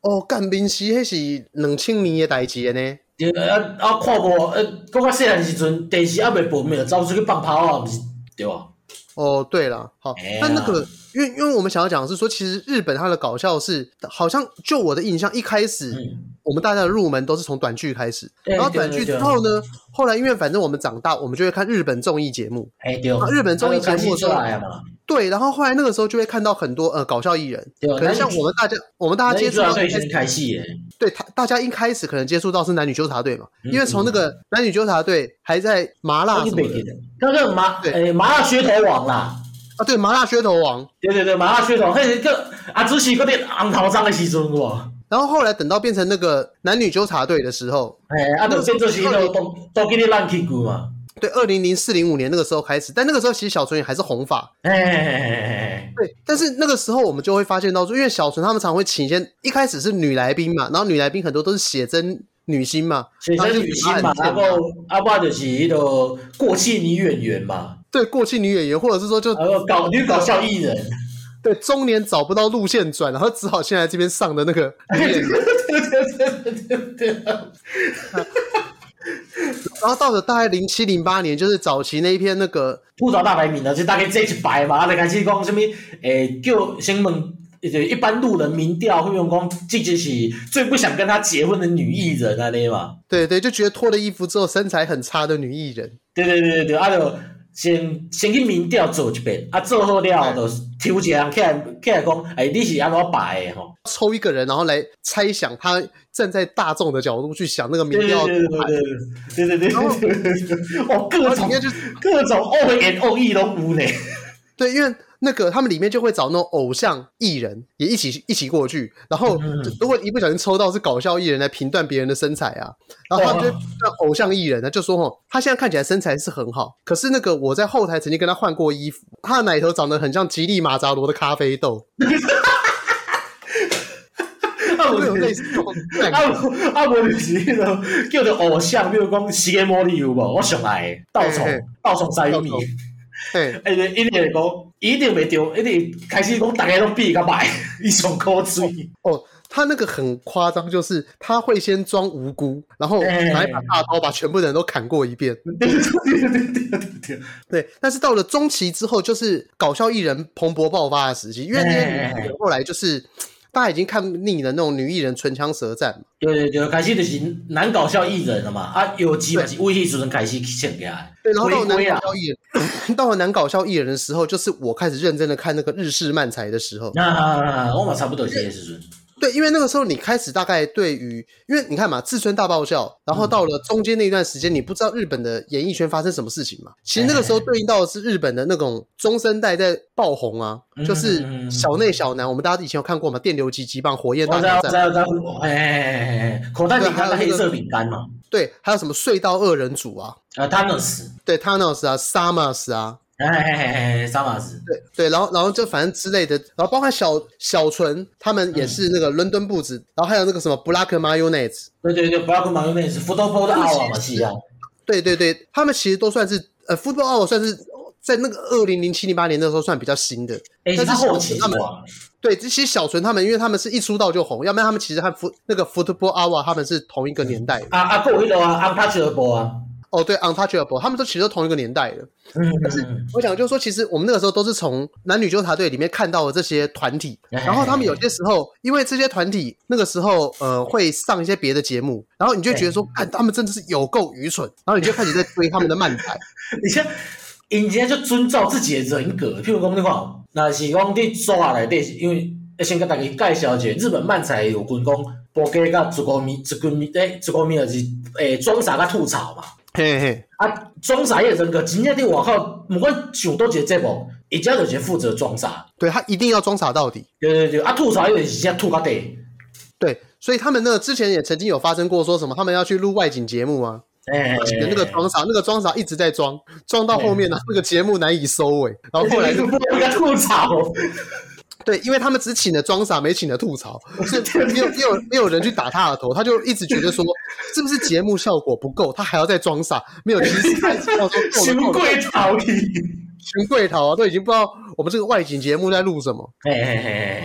Speaker 1: 哦，干冰丝迄是两千年的代志呢。
Speaker 2: 对啊啊看无，呃，搁较细汉时阵，电视还袂播，咪就走出去放炮啊，毋是对吧？
Speaker 1: 哦，对了，好
Speaker 2: 哎呀，
Speaker 1: 但那个，因为因为我们想要讲的是说，其实日本它的搞笑是，好像就我的印象，一开始
Speaker 2: 嗯，
Speaker 1: 我们大家的入门都是从短剧开始，
Speaker 2: 对
Speaker 1: 然后
Speaker 2: 对
Speaker 1: 短
Speaker 2: 对
Speaker 1: 剧之
Speaker 2: 对
Speaker 1: 后呢，后来因为反正我们长大，我们就会看日本综艺节目，
Speaker 2: 哎对，
Speaker 1: 啊日本综艺节目
Speaker 2: 啊就开始出来了嘛，
Speaker 1: 对，然后后来那个时候就会看到很多呃搞笑艺人，
Speaker 2: 对啊
Speaker 1: 可能像我们大家我们大家接触到
Speaker 2: 最先开戏耶，
Speaker 1: 对他大家一开始可能接触到是男女纠察队嘛，因为从那个男女纠察队还在麻辣
Speaker 2: 你
Speaker 1: 什么
Speaker 2: 袂
Speaker 1: 的
Speaker 2: 记得？嗯那个麻
Speaker 1: 对
Speaker 2: 诶麻辣噱头王啦，
Speaker 1: 啊，对麻辣噱头王，
Speaker 2: 对对对，麻辣噱头，迄是个啊，主席嗰啲红头章的时阵有无？
Speaker 1: 然后后来等到变成那个男女纠察队的时候，
Speaker 2: 诶，啊，就变做是迄个都都给你烂啊屁股嘛，
Speaker 1: 对，二零零四零五年那个时候开始，但那个时候其实小纯也还是红发，
Speaker 2: 哎诶，
Speaker 1: 对，但是那个时候我们就会发现到说，因为小纯他们常会请一些一开始是女来宾嘛，然后女来宾很多都是写真女星嘛，
Speaker 2: 学生女星嘛，啊
Speaker 1: 然
Speaker 2: 个
Speaker 1: 后就
Speaker 2: 啊我就是迄个过气女演员嘛，
Speaker 1: 对过气女演员，或者是说就
Speaker 2: 啊个搞女搞笑艺 *laughs* 人，
Speaker 1: 对中年找不到路线转，然后只好先来这边上的那个女演员，
Speaker 2: *laughs* 对对对对对，
Speaker 1: 然后到了大概零七零八年，就是早期那一篇那个
Speaker 2: 吐槽大排名啊，就大概这一排嘛，啊，就开始讲什么，诶、叫先问，就一般路人民调会用讲，这就是最不想跟他结婚的女艺人啊，你嘛，
Speaker 1: 对对，就觉得脱了衣服之后身材很差的女艺人，
Speaker 2: 对对对对对，啊就先先去民调做一遍，啊做好了后，就抽一个人起来起来讲，诶、你是安怎排的吼？
Speaker 1: 抽一个人，然后来猜想他站在大众的角度去想那个民
Speaker 2: 对对
Speaker 1: 调，
Speaker 2: 对对对对对对对，哦，各
Speaker 1: 然后
Speaker 2: 种
Speaker 1: 里面就
Speaker 2: 各种 O N O E 都有呢，
Speaker 1: 对，因为那个他们里面就会找那种偶像艺人也一起一起过去，然后
Speaker 2: 嗯
Speaker 1: 如果一不小心抽到是搞笑艺人来评断别人的身材啊，然后他们就
Speaker 2: 哇
Speaker 1: 让偶像艺人呢就说哦，他现在看起来身材是很好，可是那个我在后台曾经跟他换过衣服，他的奶头长得很像吉利马扎罗的咖啡豆，
Speaker 2: 啊
Speaker 1: 会
Speaker 2: 我
Speaker 1: 有类似这种感觉。
Speaker 2: *laughs* 啊无啊无就是迄落叫做偶像，比如讲西格摩利有无？我上爱的道
Speaker 1: 嘿
Speaker 2: 宠
Speaker 1: 嘿
Speaker 2: 道宠三米
Speaker 1: 道，嘿，
Speaker 2: 哎，伊一定会讲，一定袂中，一定开始讲大家都比较歹， *laughs* 伊上苦水。
Speaker 1: 哦，他那个很夸张，就是他会先装无辜，然后
Speaker 2: 哎
Speaker 1: 拿一把大刀把全部人都砍过一遍。
Speaker 2: 对对对对对对，
Speaker 1: 对，但是到了中期之后，就是搞笑艺人蓬勃爆发的时期，因为那些女艺人后来就是大家已经看腻了那种女艺人唇枪舌战嘛。
Speaker 2: 对对对，开始就是男搞笑艺人了嘛，啊，有机嘛是为迄时阵开始起来，
Speaker 1: 对，然后到
Speaker 2: 回
Speaker 1: 了男
Speaker 2: 归啊
Speaker 1: 搞，笑艺人， *coughs* 到了男搞笑艺人的时候，就是我开始认真的看那个日式漫才的时候。
Speaker 2: 那我嘛差不多是迄时阵，
Speaker 1: 对，因为那个时候你开始大概对于，因为你看嘛，自尊大爆笑，然后到
Speaker 2: 嗯
Speaker 1: 了中间那段时间，你不知道日本的演艺圈发生什么事情嘛。其实那个
Speaker 2: 哎
Speaker 1: 时候对应到的是日本的那种中生代在爆红啊，
Speaker 2: 嗯
Speaker 1: 就是小内小男，我们大家以前有看过嘛，《电流击击棒》《火焰大
Speaker 2: 我知
Speaker 1: 挑
Speaker 2: 道
Speaker 1: 战》
Speaker 2: 我知。道我知道，哎，口袋饼
Speaker 1: 啊
Speaker 2: 干的黑色饼干嘛，
Speaker 1: 对，还有什么隧道恶人组啊，
Speaker 2: 啊，Thanos，
Speaker 1: 对，Thanos 啊，Samus 啊，
Speaker 2: 哎，萨马斯，
Speaker 1: 对对，然后然后就反正之类的，然后包括小小纯他们
Speaker 2: 嗯
Speaker 1: 也是那个伦敦步子，然后还有那个什么 Black Mayonnaise，
Speaker 2: 对对对，不要跟忙用那是 football 的奥瓦嘛是啊，
Speaker 1: 对对对，他们其实都算是呃 Football Hour 算是在那个二零零七零八年那时候算比较新的，
Speaker 2: 哎，
Speaker 1: 但
Speaker 2: 他
Speaker 1: 是
Speaker 2: 后
Speaker 1: 小
Speaker 2: 期
Speaker 1: 纯
Speaker 2: 嘛
Speaker 1: 他们，对，其实小纯他们因为他们是一出道就红，要不然他们其实和 Foot 那个 Football Hour 他们是同一个年代的，
Speaker 2: 啊啊，还有迄个啊，untouchable 啊，
Speaker 1: 哦对，Untouchable 他们都其实都同一个年代的，
Speaker 2: 嗯，嗯
Speaker 1: 我想就是说，其实我们那个时候都是从男女纠察队里面看到的这些团体，
Speaker 2: 哎
Speaker 1: 然后他们有些时候，因为这些团体那个时候呃会上一些别的节目，然后你就觉得说，看他们真的是有够愚蠢，然后你就开始在追他们的漫才。
Speaker 2: 而且人家就遵照自己的人格，譬如讲你看，若是讲你抓内底，因为先甲大家介绍一下，日本漫才有分讲，波哥甲一个米，一个米，诶，一个米哎就是诶装傻甲吐槽嘛。
Speaker 1: *laughs* 嘿嘿，
Speaker 2: 啊，装傻迄个人格，真正伫外口，毋管上倒一个节目，伊只就是负责装傻。
Speaker 1: 对他一定要装傻到底。
Speaker 2: 对对对，啊，吐槽迄个是真吐到底。
Speaker 1: 对，所以他们那个之前也曾经有发生过说什么，他们要去录外景节目啊，
Speaker 2: 哎，
Speaker 1: 那个装傻，那个装傻一直在装，装到后面呢，那个节目难以收尾，然后后来就 *laughs*
Speaker 2: *laughs* 不应该吐槽，
Speaker 1: 对，因为他们只请了装傻，没请了吐槽，是没有没有没有人去打他的头，他就一直觉得说，是不是节目效果不够，他还要再装傻？没有，其实他知道说够
Speaker 2: 循
Speaker 1: 了，够了，
Speaker 2: 规逃逸。
Speaker 1: 群贵逃啊，都已经不知道我们这个外景节目在录什么。
Speaker 2: 嘿嘿嘿，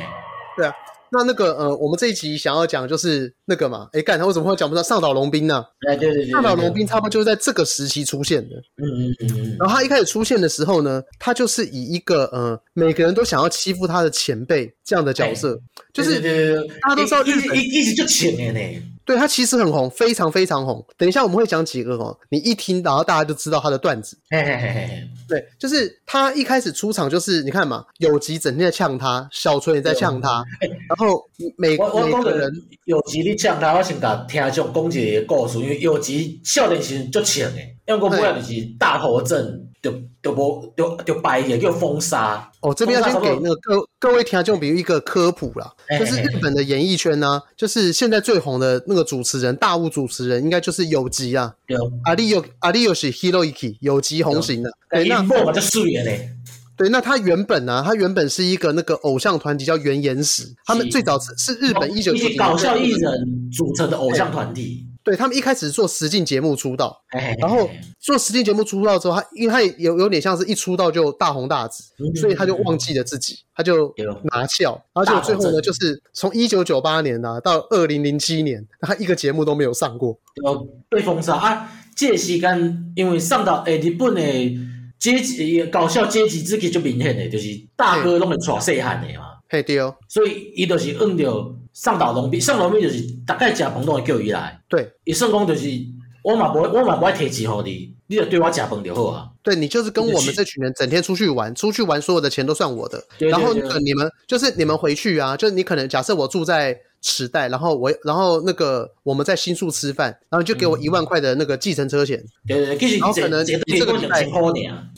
Speaker 1: 对啊，那那个呃，我们这一集想要讲就是那个嘛，哎，干他为什么会讲不到上岛龙兵呢？
Speaker 2: 哎，对对对，
Speaker 1: 上岛龙兵差不多就是在这个时期出现的。
Speaker 2: 嗯，嗯嗯嗯，
Speaker 1: 然后他一开始出现的时候呢，他就是以一个呃，每个人都想要欺负他的前辈这样的角色，就是
Speaker 2: 对对对，
Speaker 1: 大家都知道
Speaker 2: 一
Speaker 1: 日本
Speaker 2: 一一直就请的呢，
Speaker 1: 对他其实很红，非常非常红。等一下我们会讲几个哦，你一听然后大家就知道他的段子。
Speaker 2: 嘿嘿嘿嘿，
Speaker 1: 对，就是他一开始出场就是你看嘛，有吉整天在呛他，小纯也在呛他，然后每
Speaker 2: 我我
Speaker 1: 每
Speaker 2: 讲
Speaker 1: 个
Speaker 2: 着
Speaker 1: 人
Speaker 2: 有吉你讲他，我先甲听众讲一个故事，因为有吉少年时阵足穿诶，因为我本来就是大头症，就就无就就败个叫封杀。
Speaker 1: 哦，这边要先给那个各各位听众比喻一个科普啦，
Speaker 2: 哎
Speaker 1: 就是日本的演艺圈呢、就是现在最红的那个主持人，大物主持人应该就是有吉啊，
Speaker 2: 对，
Speaker 1: 阿利有阿利有是 Hiroiki 有吉红型的。对，
Speaker 2: 伊
Speaker 1: 哎那
Speaker 2: 某嘛就水诶咧，
Speaker 1: 对，那他原本呢、啊，他原本是一个那个偶像团体叫原岩石，他们
Speaker 2: 是哦
Speaker 1: 最早是是日本一九
Speaker 2: 一
Speaker 1: 九
Speaker 2: 些搞笑艺人组成的偶像团体。
Speaker 1: 对他们一开始做实境节目出道，
Speaker 2: 嘿嘿嘿
Speaker 1: 然后做实境节目出道之后，他因为他也有有点像是一出道就大红大紫，
Speaker 2: 嗯
Speaker 1: 所以他就忘记了自己，他就
Speaker 2: 对
Speaker 1: 拿翘，然后结果最后
Speaker 2: 大红
Speaker 1: 呢，
Speaker 2: 症
Speaker 1: 就是从一九九八年啊到二零零七年，他一个节目都没有上过。
Speaker 2: 就被封杀啊！这个时间因为上到诶日本诶阶级搞笑阶级之气就明显诶，就是大哥拢会带细汉诶嘛，
Speaker 1: 嘿，对哦，
Speaker 2: 所以伊就是按着上岛龙兵，上岛龙兵就是大概食饭都会叫伊来，
Speaker 1: 对
Speaker 2: 伊算讲就是我嘛无我嘛无爱提钱互你，你就对我食饭就好啊。
Speaker 1: 对，你就是跟
Speaker 2: 你的
Speaker 1: 我们
Speaker 2: 钱
Speaker 1: 这群人整天出去玩，出去玩所有的钱都算我的，
Speaker 2: 对对
Speaker 1: 然后
Speaker 2: 对
Speaker 1: 那个你们就是你们回去啊，就是你可能假设我住在池袋，然后我然后那个我们在新宿吃饭，然后你就给我
Speaker 2: 嗯
Speaker 1: 一万块的那个计程车钱，
Speaker 2: 对对，对其实
Speaker 1: 然后可能
Speaker 2: 这
Speaker 1: 你这个
Speaker 2: 个
Speaker 1: 礼
Speaker 2: 两
Speaker 1: 拜
Speaker 2: 千块尔，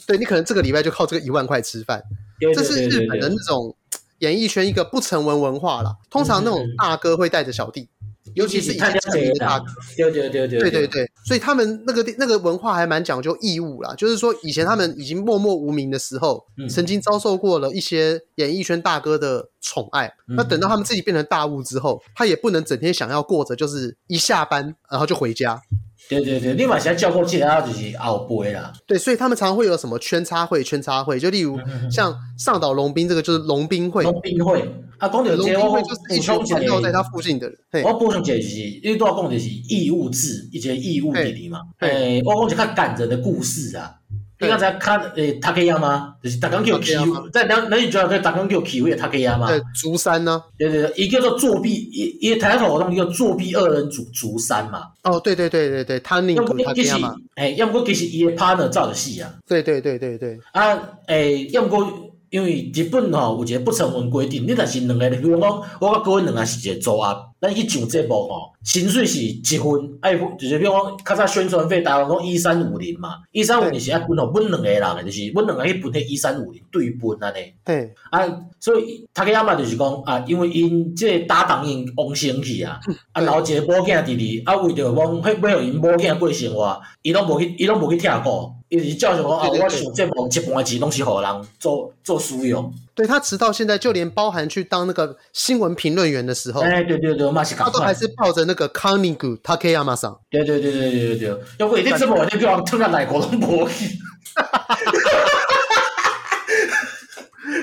Speaker 1: 对你可能这个礼拜就靠这个一万块吃饭，
Speaker 2: 啊对
Speaker 1: 这
Speaker 2: 对
Speaker 1: 是
Speaker 2: 对
Speaker 1: 日
Speaker 2: 对
Speaker 1: 本的
Speaker 2: 对
Speaker 1: 那种演艺圈一个不成文文化啦。通常那种
Speaker 2: 嗯嗯嗯
Speaker 1: 大哥会带着小弟，尤其是已经
Speaker 2: 他家
Speaker 1: 成年的大哥。
Speaker 2: 对对对对
Speaker 1: 对对对，所以他们那个地那个文化还蛮讲究义务啦，就是说以前他们已经默默无名的时候，
Speaker 2: 嗯
Speaker 1: 曾经遭受过了一些演艺圈大哥的宠爱。
Speaker 2: 嗯
Speaker 1: 那等到他们自己变成大物之后，他也不能整天想要过着就是一下班然后就回家。
Speaker 2: 对对对，你嘛是要照顾其他就是后辈啦。
Speaker 1: 对，所以他们常会有什么圈插会、圈插会，就例如
Speaker 2: 嗯嗯嗯
Speaker 1: 像上岛龙兵这个就是龙兵会，
Speaker 2: 龙兵会啊，讲到
Speaker 1: 龙
Speaker 2: 这
Speaker 1: 兵
Speaker 2: 个，我
Speaker 1: 会
Speaker 2: 补
Speaker 1: 就是一群
Speaker 2: 充
Speaker 1: 环
Speaker 2: 一
Speaker 1: 绕在
Speaker 2: 个，
Speaker 1: 他附近的人。嘿，
Speaker 2: 我补充一个就是，你拄仔讲就是义务制，一个义务弟弟嘛。
Speaker 1: 嘿
Speaker 2: 诶，我讲一个较感人的故事啊。
Speaker 1: 嘿
Speaker 2: 你刚才看诶，塔克亚吗？就是大刚叫 Q，
Speaker 1: Takeyama
Speaker 2: 在南南语主要跟大刚叫 Q 的塔克亚吗？
Speaker 1: 对，竹山呢？
Speaker 2: 对对对，一个叫做作弊，一一台湾活动叫作弊二人组竹山嘛。
Speaker 1: 哦，对对对对对，他宁
Speaker 2: 要
Speaker 1: 古
Speaker 2: 不
Speaker 1: 他这
Speaker 2: 其实
Speaker 1: 样嘛，，
Speaker 2: 诶，要不其实伊的 partner 造的戏啊。
Speaker 1: 对对对对对，
Speaker 2: 啊，诶、要毋过因为日本吼、有一个不成文规定，你若是两个，比如讲我甲各位两个是一个组合，咱去上节目吼、薪水是一分，哎，就是比如讲较早宣传费，台湾讲一三五零嘛，一三五零是爱分互阮两个人诶，就是阮两个去分迄一三五零对分安尼。
Speaker 1: 嘿。
Speaker 2: 啊，所以他个阿嘛就是讲啊，因为因即个搭档因往生去啊，啊，
Speaker 1: 嗯对
Speaker 2: 留一个某囝伫哩，啊，为着讲迄要互因某囝过生活，伊拢无去，伊拢无去听过，伊是照常讲啊，
Speaker 1: 对对对
Speaker 2: 我想这无一半的钱拢是互人做做使用，
Speaker 1: 对他直到现在，就连包含去当那个新闻评论员的时候，
Speaker 2: 哎，对对对，嘛是
Speaker 1: 他
Speaker 2: 共
Speaker 1: 哦啊都还
Speaker 2: 款，
Speaker 1: 是抱着那个康宁古 Takeyama 上。
Speaker 2: 对对对对对对对，要不你这无你叫人吞到内国拢
Speaker 1: *laughs*
Speaker 2: 无去，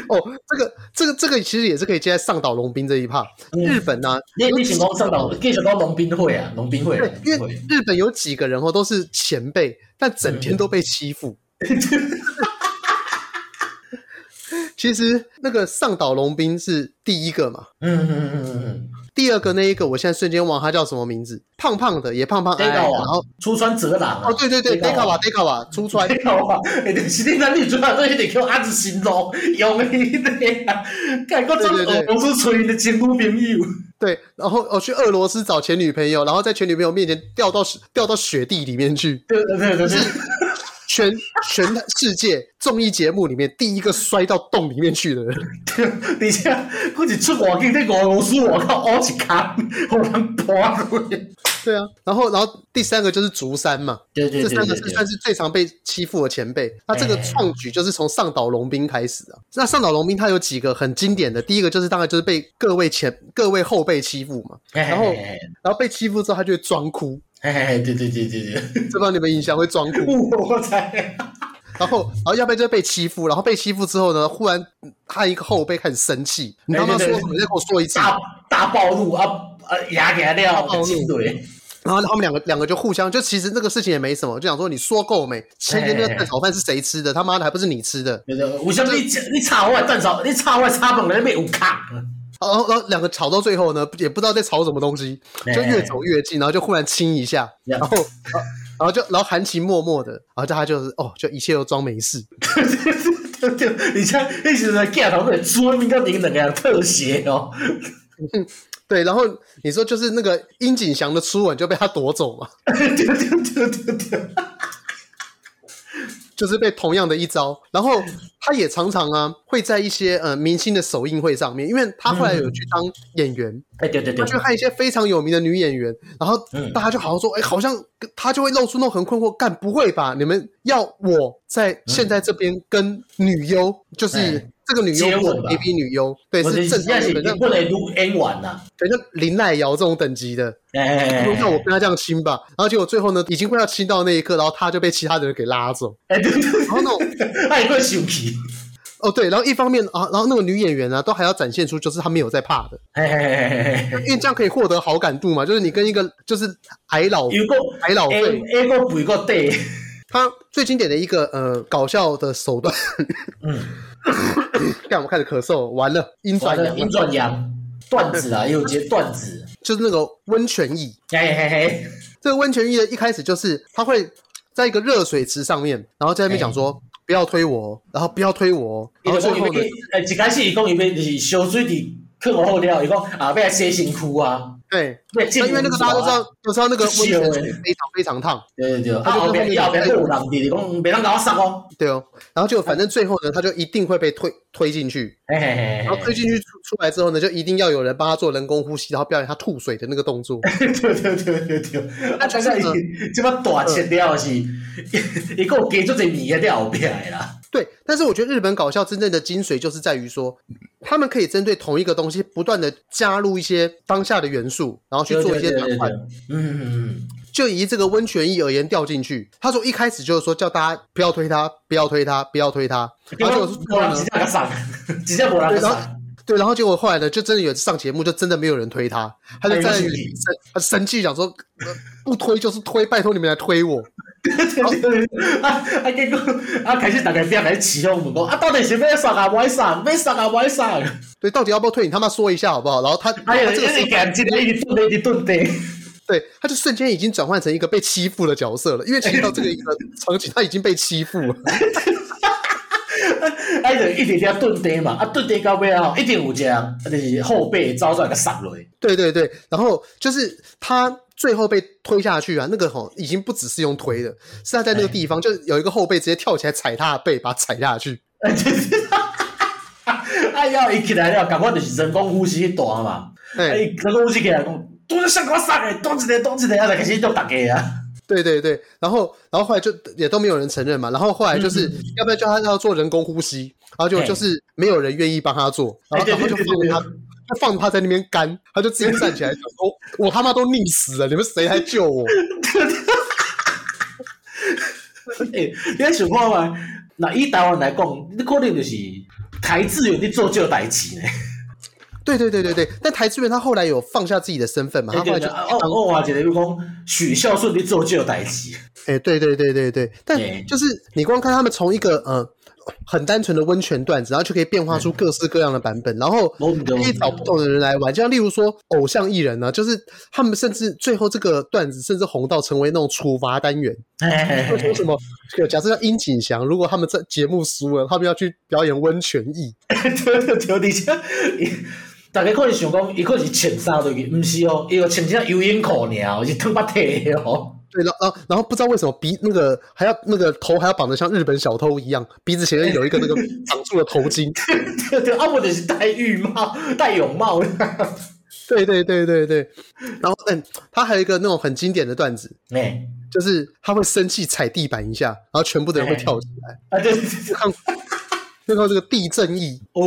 Speaker 1: 哦，这个这个这个其实也是可以接在上岛龙兵这一趴。
Speaker 2: 嗯
Speaker 1: 日本呢、
Speaker 2: 你你想讲上到，你想讲农兵会啊，农兵会，
Speaker 1: 对，因为
Speaker 2: 农兵会，
Speaker 1: 日本有几个人哦都是前辈，但整天都被欺
Speaker 2: *laughs*
Speaker 1: 负。其实那个上岛龙兵是第一个嘛，
Speaker 2: 嗯嗯嗯嗯嗯，
Speaker 1: 第二个那一个我现在瞬间忘了他叫什么名字，胖胖的也胖胖
Speaker 2: 这
Speaker 1: 矮
Speaker 2: 个
Speaker 1: 矮的，哎
Speaker 2: 啊
Speaker 1: 然后
Speaker 2: 出川哲郎啊，
Speaker 1: 哦对对对 d
Speaker 2: 这
Speaker 1: e k
Speaker 2: 个
Speaker 1: a
Speaker 2: 啊
Speaker 1: w a d e k a w a 出川
Speaker 2: 你看嘛，哎，就是你咱女主角都一直叫阿子新咯，用的迄个啊，干我
Speaker 1: 对对
Speaker 2: 真
Speaker 1: 对
Speaker 2: 我是找伊的前女朋友，
Speaker 1: 对，然后我去俄罗斯找前女朋友，然后在前女朋友面前掉到掉到雪地里面去，
Speaker 2: 对对对对对，
Speaker 1: 全全世界综艺节目里面第一个摔到洞里面去的人。
Speaker 2: 而且佫是出外景，在俄罗斯外口凹一卡，互人搬落去。
Speaker 1: 对啊，然后然后第三个就是竹山嘛，
Speaker 2: 对哎
Speaker 1: 这三个是算是最常被欺负的前辈。那这个创举就是从上岛龙兵开始啊。那上岛龙兵他有几个很经典的，第一个就是当然就是被各位前各位后辈欺负嘛，
Speaker 2: 然
Speaker 1: 后
Speaker 2: 嘿
Speaker 1: 然后被欺负之后他就会装哭，
Speaker 2: 嘿嘿，对对对对对，
Speaker 1: 这不知道你们印象会装哭。
Speaker 2: 我我知，
Speaker 1: 然后，然后要不然就是被欺负，然后被欺负之后呢，忽然嗯他一个后辈开始生气，你刚刚说
Speaker 2: 哎对对对
Speaker 1: 什么？你再跟我说一次。
Speaker 2: 大大暴露啊啊，牙牙了，对，
Speaker 1: 然后他们两个两个就互相，就其实这个事情也没什么，就想说你说够没？前天那个
Speaker 2: 哎哎哎
Speaker 1: 蛋炒饭是谁吃的？他妈的还不是你吃的？
Speaker 2: 对对，为什么你你插我的蛋炒，你插我的炒饭，你咪有卡？
Speaker 1: 然后然后两个吵到最后呢，也不知道在吵什么东西，
Speaker 2: 哎
Speaker 1: 就越走越近，然后就忽然亲一下，然后然后就然后韩琦默默的，然后大家就是哦，就一切都装没事。
Speaker 2: *laughs* 对对，而且一直在镜头在追，应该你两个人特写哦。
Speaker 1: 对，然后你说就是那个殷景祥的初吻就被他夺走嘛，
Speaker 2: 对对对对对，
Speaker 1: 就是被同样的一招。然后他也常常啊会在一些呃明星的首映会上面，因为他后来有去当演员，
Speaker 2: 哎对对对，
Speaker 1: 他去看一些非常有名的女演员，然后大家就好像说，哎，好像他就会露出那种很困惑，干不会吧？你们要我在现在这边跟女优就是。这个女优不是 A B 女优，对，是正常的，
Speaker 2: 不能撸 N 玩呐。
Speaker 1: 对，像林奈瑶这种等级的，
Speaker 2: 哎，
Speaker 1: *laughs* 让我跟她这样亲吧。然后结果最后呢，已经快要亲到那一刻，然后她就被其他的人给拉走。
Speaker 2: 哎，对对，
Speaker 1: 然后那种
Speaker 2: 爱怪熊皮。
Speaker 1: 哦，对，然后一方面啊，然后那个女演员啊，都还要展现出就是她没有在怕的，
Speaker 2: 哎
Speaker 1: 因为这样可以获得好感度嘛。就是你跟一个就是矮老矮老
Speaker 2: 妹，A 个不个对。
Speaker 1: 他最经典的一个呃搞笑的手段， *laughs* 嗯，干我开始咳嗽，完了，阴转阳，
Speaker 2: 阴转阳，段子啊，有节哎段子，
Speaker 1: 就是那个温泉浴，
Speaker 2: 嘿嘿嘿，
Speaker 1: 这个温泉浴的一开始就是他会在一个热水池上面，然后在那边讲说。不要推我，然后不要推我，然后最后呢，
Speaker 2: 呃，一开始伊讲伊要就是烧水伫去我后了，伊讲啊，要来洗身躯啊。
Speaker 1: 对，
Speaker 2: 对，
Speaker 1: 因为那个大家都知道，都知道那个温泉水非常非常烫。
Speaker 2: 对对对，啊，后面后面有人伫讲，别人搞我杀哦。
Speaker 1: 对哦，然后就反正最后呢，他就一定会被推推进去，然
Speaker 2: 哎
Speaker 1: 后推进去出出来之后呢，就一定要有人帮他做人工呼吸，然后表演他吐水的那个动作。
Speaker 2: 对对对对对，啊，真是这么大切了是，一个给做这米在后边啦。
Speaker 1: 对，但是我觉得日本搞笑真正的精髓就是在于说，他们可以针对同一个东西不断的加入一些当下的元素，然后去做一些转换。
Speaker 2: 嗯嗯嗯。
Speaker 1: 就以这个温泉意而言掉进去，他说一开始就是说叫大家不要推他，不要推他，不要推他。
Speaker 2: 啊
Speaker 1: 然后就是
Speaker 2: 后呢，直接
Speaker 1: 对，然后对，然后结果后来呢，就真的有上节目，就真的没有人推他，他
Speaker 2: 哎
Speaker 1: 就在那里生他生气讲说，呃不推就是推，拜托你们来推我。
Speaker 2: 啊啊！结果啊，开始大家变开始起哄，讲啊，到底是要上啊，要上，要上啊，要上。
Speaker 1: 对，到底要不要退？你他妈说一下好不好？然后他，
Speaker 2: 哎呀，就是感激的，一直蹲，一直蹲的。
Speaker 1: 对，他就瞬间已经转换成一个被欺负的角色了，因为其实到这个一个场景，他已经被欺负了。 *laughs*
Speaker 2: 哎，就一直在蹲地嘛，啊，蹲地到尾啊，一定有这样，就是后背招出来个上 *laughs* 落。
Speaker 1: 对对对，然后就是他。最后被推下去啊！那个吼已经不只是用推的，是他在
Speaker 2: 哎
Speaker 1: 那个地方，欸、就有一个后辈直接跳起来踩他的背，把他踩下去。
Speaker 2: 哎呀，一起来了，赶快就是人工呼吸大嘛。哎、欸，人工呼吸起来，讲蹲上我上诶，蹲一个，蹲一个，啊，就开始叫大家啊。 *laughs*
Speaker 1: 对对对，然后然后后来就也都没有人承认嘛，然后后来就是、嗯、要不要叫他要做人工呼吸，然后就就是没有人愿意帮他做，然后然后就放他。就放他在那边干，他就自己站起来讲说：“ *laughs* 哦、我他妈都溺死了，你们谁来救我？” *laughs*
Speaker 2: 哎欸，你在想看嘛？那以台湾来讲，你可能就是台志远在做这代志呢。
Speaker 1: 对对对对对，但台志远他后来有放下自己的身份
Speaker 2: *laughs*
Speaker 1: 嘛？他后来就
Speaker 2: 哦哦啊，姐姐就讲许孝顺在做这代志。
Speaker 1: 哎、欸，对对对对对，但就是你光看他们从一个嗯。呃很单纯的温泉段子，然后就可以变化出各式各样的版本，然后可以找不同的人来玩。像例如说偶像艺人呢、啊，就是他们甚至最后这个段子甚至红到成为那种处罚单元。为什么？假设像殷景祥，如果他们在节目输了，他们要去表演温泉艺。
Speaker 2: 对对对，你这大家可能想讲，伊可是穿衫对去，毋是哦，伊有穿只游泳裤尔，是脱把体哦。
Speaker 1: 对，然后啊然后不知道为什么鼻那个还要那个头还要绑得像日本小偷一样，鼻子前面有一个那个绑住了头巾。
Speaker 2: 对对，啊，或者是戴浴帽、戴泳帽。
Speaker 1: 对对对对对。然后嗯，他还有一个那种很经典的段子，
Speaker 2: 哎、欸，
Speaker 1: 就是他会生气踩地板一下，然后全部的人会跳起
Speaker 2: 来。欸、啊，对对
Speaker 1: 对。看到这个地震意
Speaker 2: 哦，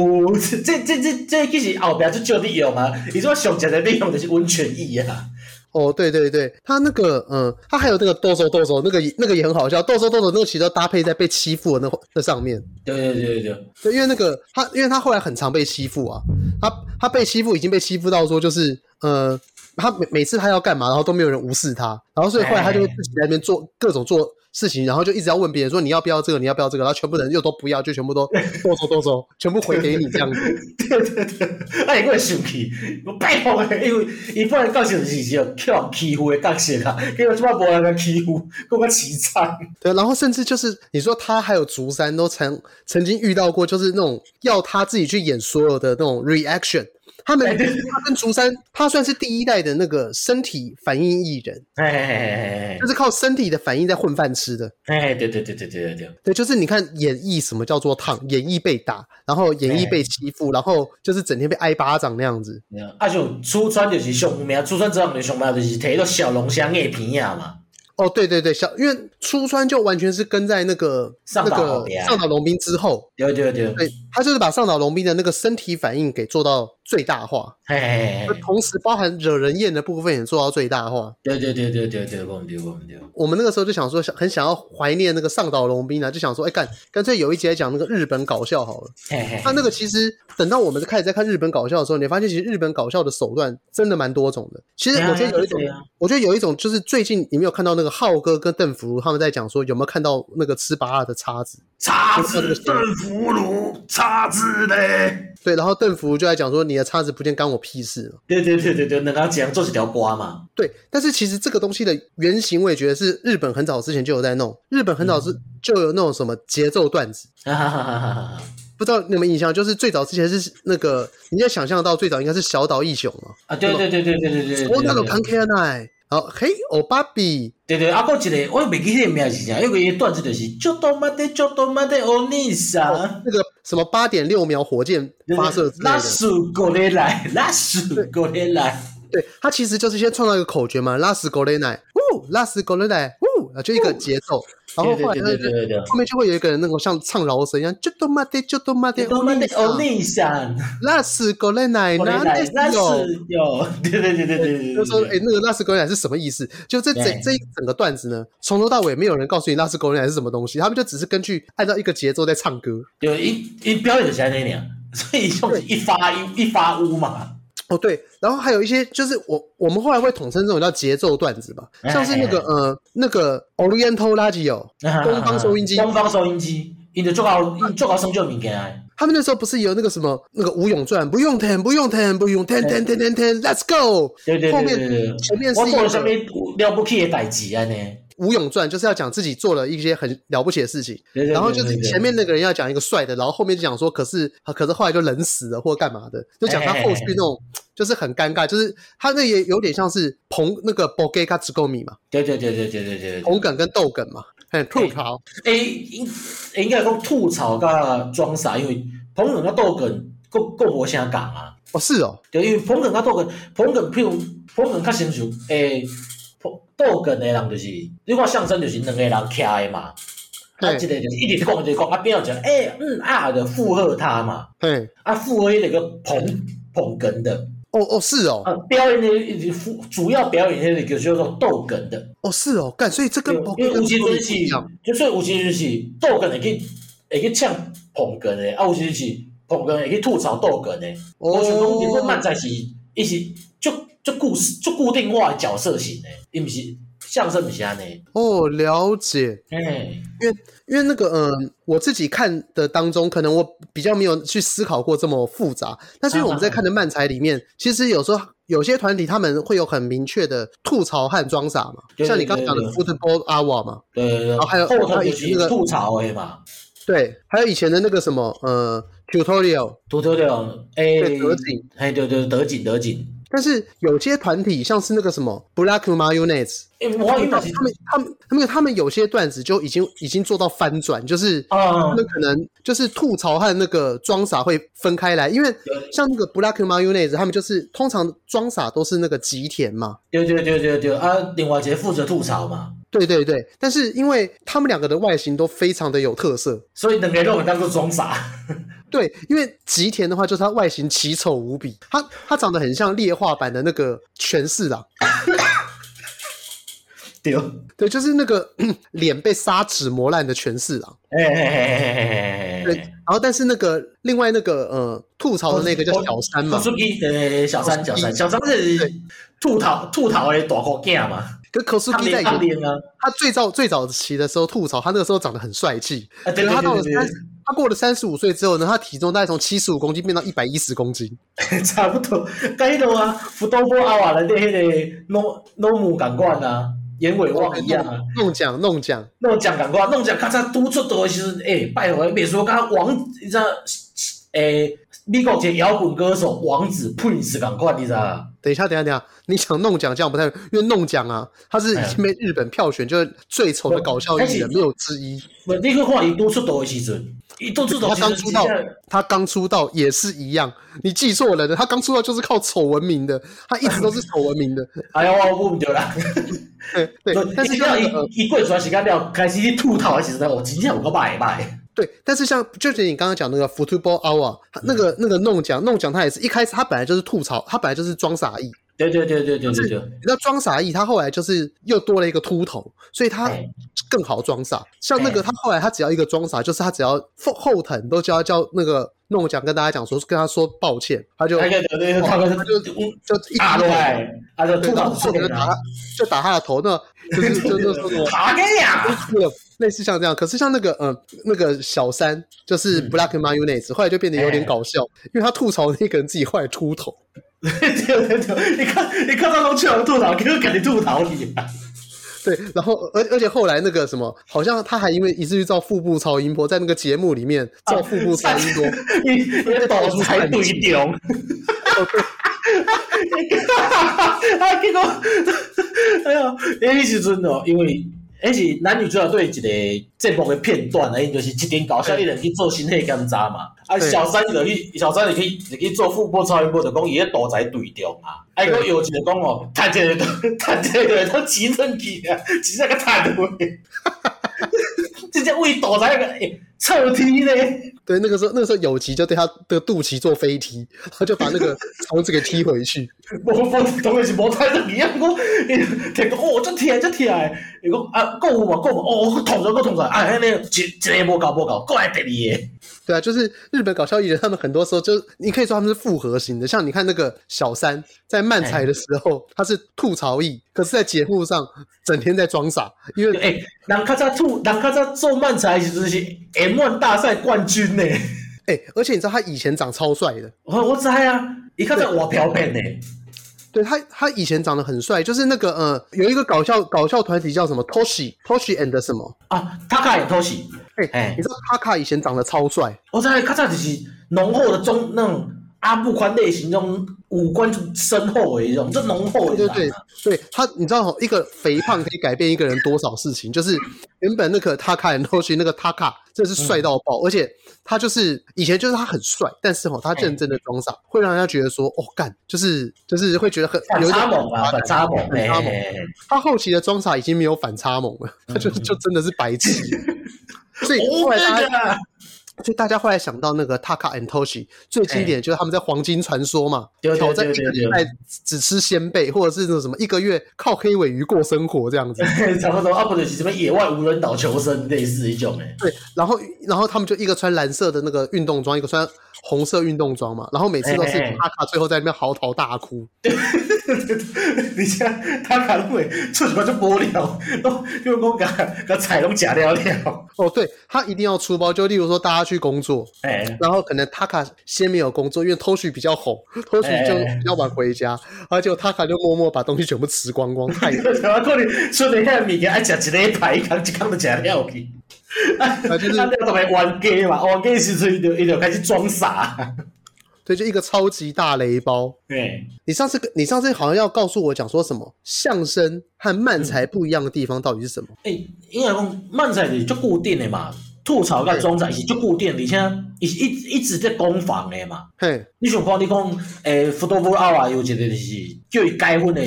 Speaker 2: 这这这这其实后边就叫利用啊，你说上一个利用的是温泉意啊。
Speaker 1: 哦，对对对，他那个，嗯，他还有那个豆手豆手，那个那个也很好笑，豆手豆手那个其实都搭配在被欺负的那那上面。
Speaker 2: 对对对对对，
Speaker 1: 对，因为那个他，因为他后来很常被欺负啊，他他被欺负已经被欺负到说就是，呃，他每每次他要干嘛，然后都没有人无视他，然后所以后来他就会自己在那边做各种做事情，然后就一直要问别人说你要不要这个，你要不要这个，然后全部人又都不要，就全部都动手动手，全部回给你这样子。
Speaker 2: 对对对，啊，伊个生气，我拜托诶，因为伊本来角色就是一个叫人欺负的角色啊，结果即摆无人来欺负，更较凄惨。
Speaker 1: 对，然后甚至就是你说他还有竹山都曾曾经遇到过，就是那种要他自己去演所有的那种 reaction。他们他跟竹山，他算是第一代的那个身体反应艺人，
Speaker 2: 哎哎哎哎
Speaker 1: 就是靠身体的反应在混饭吃的。
Speaker 2: 哎，哎，对对对对对对对，
Speaker 1: 对，就是你看演绎什么叫做烫，演绎被打，然后演绎被欺负，然后就是整天被挨巴掌那样子。
Speaker 2: 对啊啊像出川就是上有名，出川这样就上名就是摕到小龙虾硬片啊嘛。
Speaker 1: 哦，对对对，小因为出川就完全是跟在那个
Speaker 2: 上
Speaker 1: 那
Speaker 2: 岛
Speaker 1: 个
Speaker 2: 旁边嗯
Speaker 1: 上岛龙兵之后，
Speaker 2: 对对对，
Speaker 1: 对他就是把上岛龙兵的那个身体反应给做到最大化，
Speaker 2: 嘿嘿嘿嘿，
Speaker 1: 同时包含惹人厌的部分也做到最大化。
Speaker 2: 对对对对对对，我们对我们对。
Speaker 1: 我们那个时候就想说，想很想要怀念那个上岛龙兵啊，就想说，哎、干，干脆有一集来讲那个日本搞笑好了。
Speaker 2: 嘿嘿
Speaker 1: 那
Speaker 2: 嘿，
Speaker 1: 那个其实等到我们开始在看日本搞笑的时候，你发现其实日本搞笑的手段真的蛮多种的。其实
Speaker 2: 对啊
Speaker 1: 我觉得有一种
Speaker 2: 对啊，
Speaker 1: 我觉得有一种就是最近你没有看到那个浩哥跟邓福如他们在讲说有没有看到那个吃拔蜡的叉子？
Speaker 2: 叉
Speaker 1: 子
Speaker 2: 炖腐乳，叉子嘞。
Speaker 1: 对，然后邓福如就在讲说你的叉子不见干我屁事了。
Speaker 2: 对对对对对，能够这样做一条瓜嘛？
Speaker 1: 对，但是其实这个东西的原型，我也觉得是日本很早之前就有在弄，日本很早
Speaker 2: 嗯
Speaker 1: 是就有那种什么节奏段子。
Speaker 2: 哈哈哈哈哈哈！
Speaker 1: 不知道你们印象，就是最早之前是那个，你要想象到最早应该是小岛义雄嘛，
Speaker 2: 啊，对对对对对对对，
Speaker 1: 哦，那种 Punk and I，然后嘿，欧巴比，
Speaker 2: 对对，啊，搁一个，我袂记迄个名是啥，有个伊段子就是“就多马的，就多马的欧尼
Speaker 1: 哦
Speaker 2: 莎
Speaker 1: 那个什么八点六秒火箭”，发射之类
Speaker 2: 拉
Speaker 1: 的，
Speaker 2: 鼠过来来，拉鼠过来来，
Speaker 1: 对，他其实就是先创造一个口诀嘛，拉死狗雷奶，呜，拉死狗雷奶，呜，啊，就一个节奏，然后
Speaker 2: 对
Speaker 1: 后
Speaker 2: 对
Speaker 1: 来
Speaker 2: 对对
Speaker 1: 就
Speaker 2: 对对，
Speaker 1: 后面就会有一个人那种像唱饶舌一样，就多妈的，就多妈的，
Speaker 2: 多马的欧尼莎
Speaker 1: 拉死狗雷奶，
Speaker 2: 过来
Speaker 1: 哪
Speaker 2: 来，拉
Speaker 1: 里有？
Speaker 2: 鼠哟，对对对对对
Speaker 1: 就
Speaker 2: 对，
Speaker 1: 说哎、诶那个拉丝狗奶是什么意思？就这整
Speaker 2: 对
Speaker 1: 这一整个段子呢，从头到尾没有人告诉你拉丝狗奶是什么东西，他们就只是根据按照一个节奏在唱歌。
Speaker 2: 对，伊伊表演就是安尼尔，啊所以就是一发一一发乌嘛，
Speaker 1: 哦，对，然后还有一些就是我我们后来会统称这种叫节奏段子吧，
Speaker 2: 哎
Speaker 1: 像是那个呃那个 Oriental Radio，东方收音机
Speaker 2: 东方收音机，伊就做好做好生就物件诶，
Speaker 1: 他们那时候不是有那个什么那个吴永传，不用等不用等不用等等等等等，Let's go。
Speaker 2: 对对
Speaker 1: 后
Speaker 2: 对对
Speaker 1: 面
Speaker 2: 对，
Speaker 1: 前面是
Speaker 2: 我
Speaker 1: 一
Speaker 2: 做了什么
Speaker 1: 个
Speaker 2: 了不起的代志啊安尼。
Speaker 1: 吴永传，就是要讲自己做了一些很了不起的事情，
Speaker 2: 对对对
Speaker 1: 然后就是
Speaker 2: 对对
Speaker 1: 前面那个人要讲一个帅的，然后后面就讲说，可是可是后来就冷死了或干嘛的，就讲他
Speaker 2: 哎
Speaker 1: 后续那种就是很尴尬，就是他那也有点像是捧那个 b o g a 之 a 米嘛，
Speaker 2: 对对对对对对对对。
Speaker 1: 捧梗跟逗梗嘛，很吐槽。
Speaker 2: 诶，应应该讲吐槽甲装傻，因为捧哏甲逗哏，够够无啥讲啊。
Speaker 1: 哦，是哦，
Speaker 2: 对，因为捧哏甲逗哏，捧哏譬如捧哏较亲像诶，捧逗哏诶人就是，你看相声就是两个人徛诶嘛，啊，
Speaker 1: 嘿
Speaker 2: 一个就是一直讲一直讲，啊边有一个诶、嗯啊，就附和他嘛，
Speaker 1: 嘿，
Speaker 2: 啊附和迄个捧捧哏的，
Speaker 1: 哦哦是哦，
Speaker 2: 啊表演的附主要表演迄个就叫做逗哏的。
Speaker 1: 哦是哦，干，所以这跟 b o
Speaker 2: 因
Speaker 1: g
Speaker 2: 为
Speaker 1: a
Speaker 2: 有
Speaker 1: z g o m 一
Speaker 2: 时阵是
Speaker 1: 样，，
Speaker 2: 就所以有时阵是逗哏会去会去呛捧哏的，啊有时阵是捧哏会去吐槽逗哏的。我想讲日
Speaker 1: 哦
Speaker 2: 本漫才是伊是足足固足固定化的角色型的，伊毋是相声毋是安尼。
Speaker 1: 哦了解。
Speaker 2: 嘿，
Speaker 1: 因为那个，嗯，我自己看的当中，可能我比较没有去思考过这么复杂。但是因为我
Speaker 2: 啊
Speaker 1: 们在看的漫才里面，其实有时候有些团体他们会有很明确的吐槽和装傻嘛，
Speaker 2: 对对
Speaker 1: 像你刚刚讲的
Speaker 2: 对对
Speaker 1: Football Hour 嘛，
Speaker 2: 对对对，
Speaker 1: 哦还有
Speaker 2: 后头
Speaker 1: 还有
Speaker 2: 就
Speaker 1: 以前那个
Speaker 2: 是吐槽的嘛，
Speaker 1: 对，还有以前的那个什么，呃，Tutorial
Speaker 2: 吐槽了，诶，
Speaker 1: 对德景，
Speaker 2: 哦哎嘿对对德景德景，
Speaker 1: 但是有些团体像是那个什么 Black Mayonnaise，
Speaker 2: 诶，我伊嘛是
Speaker 1: 他们他们他们他们有些段子就已经已经做到翻转，就是
Speaker 2: 啊
Speaker 1: 那可能就是吐槽和那个装傻会分开来，因为像那个 Black Mayonnaise，他们就是通常装傻都是那个吉田嘛，
Speaker 2: 对对对对对，啊另外一个负责吐槽嘛。
Speaker 1: 对对对，但是因为他们两个的外形都非常的有特色，
Speaker 2: 所以两个都很当做装傻， *laughs*
Speaker 1: 对，因为吉田的话就是他外形奇丑无比，他他长得很像劣化版的那个权四郎，
Speaker 2: 对，
Speaker 1: 对，就是那个 *clears throat* 脸被砂纸磨烂的权四郎，
Speaker 2: 哎哎哎哎
Speaker 1: 对，然后但是那个另外那个呃吐槽的那个叫小
Speaker 2: 哦
Speaker 1: 山嘛，
Speaker 2: 出去，呃，小三，小三，小三是吐槽吐槽的大箍囝嘛，
Speaker 1: 可 Kosugi 在以
Speaker 2: 他
Speaker 1: 前
Speaker 2: 练啊，
Speaker 1: 他最早最早期的时候吐槽，他那个时候长得很帅气，可
Speaker 2: 啊对
Speaker 1: 是
Speaker 2: 对
Speaker 1: 他到了
Speaker 2: 对对
Speaker 1: 三
Speaker 2: 对，
Speaker 1: 他过了三十五岁之后呢，他体重大概从七十五公斤变到一百一十公斤，
Speaker 2: *laughs* 差不多，甲迄落啊，福多波阿瓦内底迄个弄弄姆共款啊，眼尾望一样啊，
Speaker 1: 弄奖弄奖，
Speaker 2: 弄奖共款，弄奖较早拄出道的时阵，诶、拜托，袂输甲王，你知道？诶、美国一个摇滚歌手王子 Prince 共款，你知道？
Speaker 1: 等一下，等一下，等一下，你想弄奖这样不太，因为弄奖啊，他是
Speaker 2: 哎
Speaker 1: 已经被日本票选就是最丑的搞笑艺人，没有之一。
Speaker 2: 无，你去看伊拄出道的时阵，伊拄出道
Speaker 1: 他
Speaker 2: 的
Speaker 1: 刚
Speaker 2: 时阵，
Speaker 1: 出道，他刚出道也是一样，你记错了的，他刚出道就是靠丑闻名的，他一直都是丑闻名的。
Speaker 2: 哎呀，我不对啦。
Speaker 1: 对对，但是
Speaker 2: 伊了
Speaker 1: 像
Speaker 2: 伊
Speaker 1: 呃
Speaker 2: 伊过一段时间了，开始去吐槽的时阵，我真正有个歹歹。
Speaker 1: 对，但是像就像你刚刚讲那个 Football Hour，他那个那个弄奖弄奖，他也是一开始他本来就是吐槽，他本来就是装傻意，
Speaker 2: 对对对对对对对。
Speaker 1: 那装傻意，他后来就是又多了一个秃头，所以他
Speaker 2: 哎
Speaker 1: 更好装傻。像那个
Speaker 2: 哎
Speaker 1: 他后来他只要一个装傻，就是他只要后后藤都叫他叫那个弄奖跟大家讲说跟他说抱歉，他就
Speaker 2: 那个对对，他们就
Speaker 1: 就一
Speaker 2: 打落
Speaker 1: 头
Speaker 2: 来，啊，就吐
Speaker 1: 秃
Speaker 2: 到
Speaker 1: 头后
Speaker 2: 出
Speaker 1: 藤
Speaker 2: 来
Speaker 1: 就打他
Speaker 2: 了。
Speaker 1: 就打他的头，那就是就是说什么。
Speaker 2: 打给呀！
Speaker 1: 对 *laughs* 类似像这样，可是像那个呃那个小三，就是 Black Mayonnaise，、后来就变得有点搞笑，因为他吐槽那个人自己后来秃头，
Speaker 2: 对对对，你看你看到龙去龙吐槽，就肯定吐槽你啊！
Speaker 1: 对，然后而而且后来那个什么，好像他还因为一次去照腹部超音波，在那个节目里面照腹部超音波，
Speaker 2: 你你倒出才对中， *laughs* 啊，结果， *laughs* 哎呦，迄时阵哦，因为。迄是男女主角对一个节目的片段啊，因就是一点搞笑，伊人去做身体检查嘛。啊，
Speaker 1: 对
Speaker 2: 小三就去，小三就去，就去做腹部超音波，就讲伊迄肚脐对中啊。啊，伊
Speaker 1: 对
Speaker 2: 讲有一个讲哦，趁一 *laughs* 个，趁一个，他钱趁去啊，钱那个趁落 *laughs* 去，直接为欸肚脐个诶，臭天咧！
Speaker 1: 对，那个时候那个时候有吉就对他的肚脐做飞踢，然后就把那个肠子给踢回去，
Speaker 2: 无无，当然是无睇得伊啊！我摕到哦，真疼真疼诶！伊讲啊，够有嘛够有嘛，哦，我痛出来，我痛出来，啊，迄个一一个无够无够，过来第二个。
Speaker 1: 对啊，就是日本搞笑艺人，他们很多时候就是你可以说他们是复合型的，像你看那个小三在漫才的时候，他是吐槽艺，可是在节目上整天在装傻，因为
Speaker 2: 诶、人较早吐，人较早做漫才的时阵是 M 1大赛冠军呢、
Speaker 1: 哎、而且你知道他以前长超帅的，
Speaker 2: 我我知啊，伊较早活漂片呢、
Speaker 1: 对他他以前长得很帅，就是那个呃有一个搞笑搞笑团体叫什么 Toshi Toshi and 什么，
Speaker 2: 啊，他卡也偷是，
Speaker 1: 哎、
Speaker 2: 哎
Speaker 1: 你知道塔卡以前长得超帅，
Speaker 2: 我知道较早就是浓厚的中那种阿布宽类型，那种五官就深厚的迄种，就浓厚的。
Speaker 1: 对对对，他你知道哦一个肥胖可以改变一个人多少事情？就是原本那个塔卡 and Toshi 那个塔卡真的是
Speaker 2: 嗯
Speaker 1: 帅到爆，而且他就是以前就是他很帅，但是哦他认真的装
Speaker 2: 哎
Speaker 1: 傻，会让人家觉得说哦干，就是就是会觉得很
Speaker 2: 反
Speaker 1: 有一
Speaker 2: 差
Speaker 1: 点
Speaker 2: 萌啊，反差萌，
Speaker 1: 反差萌
Speaker 2: 嘿嘿嘿
Speaker 1: 他后期的装傻已经没有反差萌了，他
Speaker 2: 嗯
Speaker 1: 就就真的是白
Speaker 2: *laughs*
Speaker 1: 痴。所以
Speaker 2: 哦
Speaker 1: 后来大家，
Speaker 2: 个，
Speaker 1: 所以大家后来想到那个 Taka and Toshi 最经
Speaker 2: 哎
Speaker 1: 典就是他们在黄金传说嘛，
Speaker 2: 对对
Speaker 1: 挑战一
Speaker 2: 对
Speaker 1: 个
Speaker 2: 对
Speaker 1: 礼拜只吃鲜贝，或者是那种什么一个月靠黑尾鱼过生活这样
Speaker 2: *laughs*
Speaker 1: 子。
Speaker 2: 差不多啊，不就是什么野外无人岛求生类似一种欸诶。
Speaker 1: 对，然后然后他们就一个穿蓝色的那个运动装，一个穿红色运动装嘛，然后每次都是
Speaker 2: 哎哎哎
Speaker 1: Taka 最后在那边嚎啕大哭。
Speaker 2: *laughs* 你像他可能会出什么就无聊， *laughs* 都用讲甲甲菜拢食了了，
Speaker 1: 哦，对他一定要出包，就例如说大家去工作，
Speaker 2: *laughs* 哎， *laughs*
Speaker 1: 然后可能 Taka 先没有工作，因为 Toshi 比较红，Toshi
Speaker 2: 哎
Speaker 1: 就比较晚回家，而且 Taka 就默默把东西全部吃光光，太 *laughs*
Speaker 2: 然后可能剩的遐物件爱食一礼拜，一工一工就食了去。啊，
Speaker 1: 啊就是
Speaker 2: 啊，特别冤家嘛，冤家的时阵伊就伊就开始装傻，
Speaker 1: 对，就一个超级大雷包。
Speaker 2: *laughs* 哎，
Speaker 1: 你上次跟你上次好像要告诉我讲说什么相声和漫
Speaker 2: 嗯
Speaker 1: 才不一样的地方到底是什么？
Speaker 2: 诶，哎应该讲漫才就是足固定的嘛，吐槽甲装载是足固定的，而且伊是一一直在攻防的嘛。
Speaker 1: 嘿，
Speaker 2: 你想看你讲，诶、福多福奥啊，有一个就是叫伊改婚的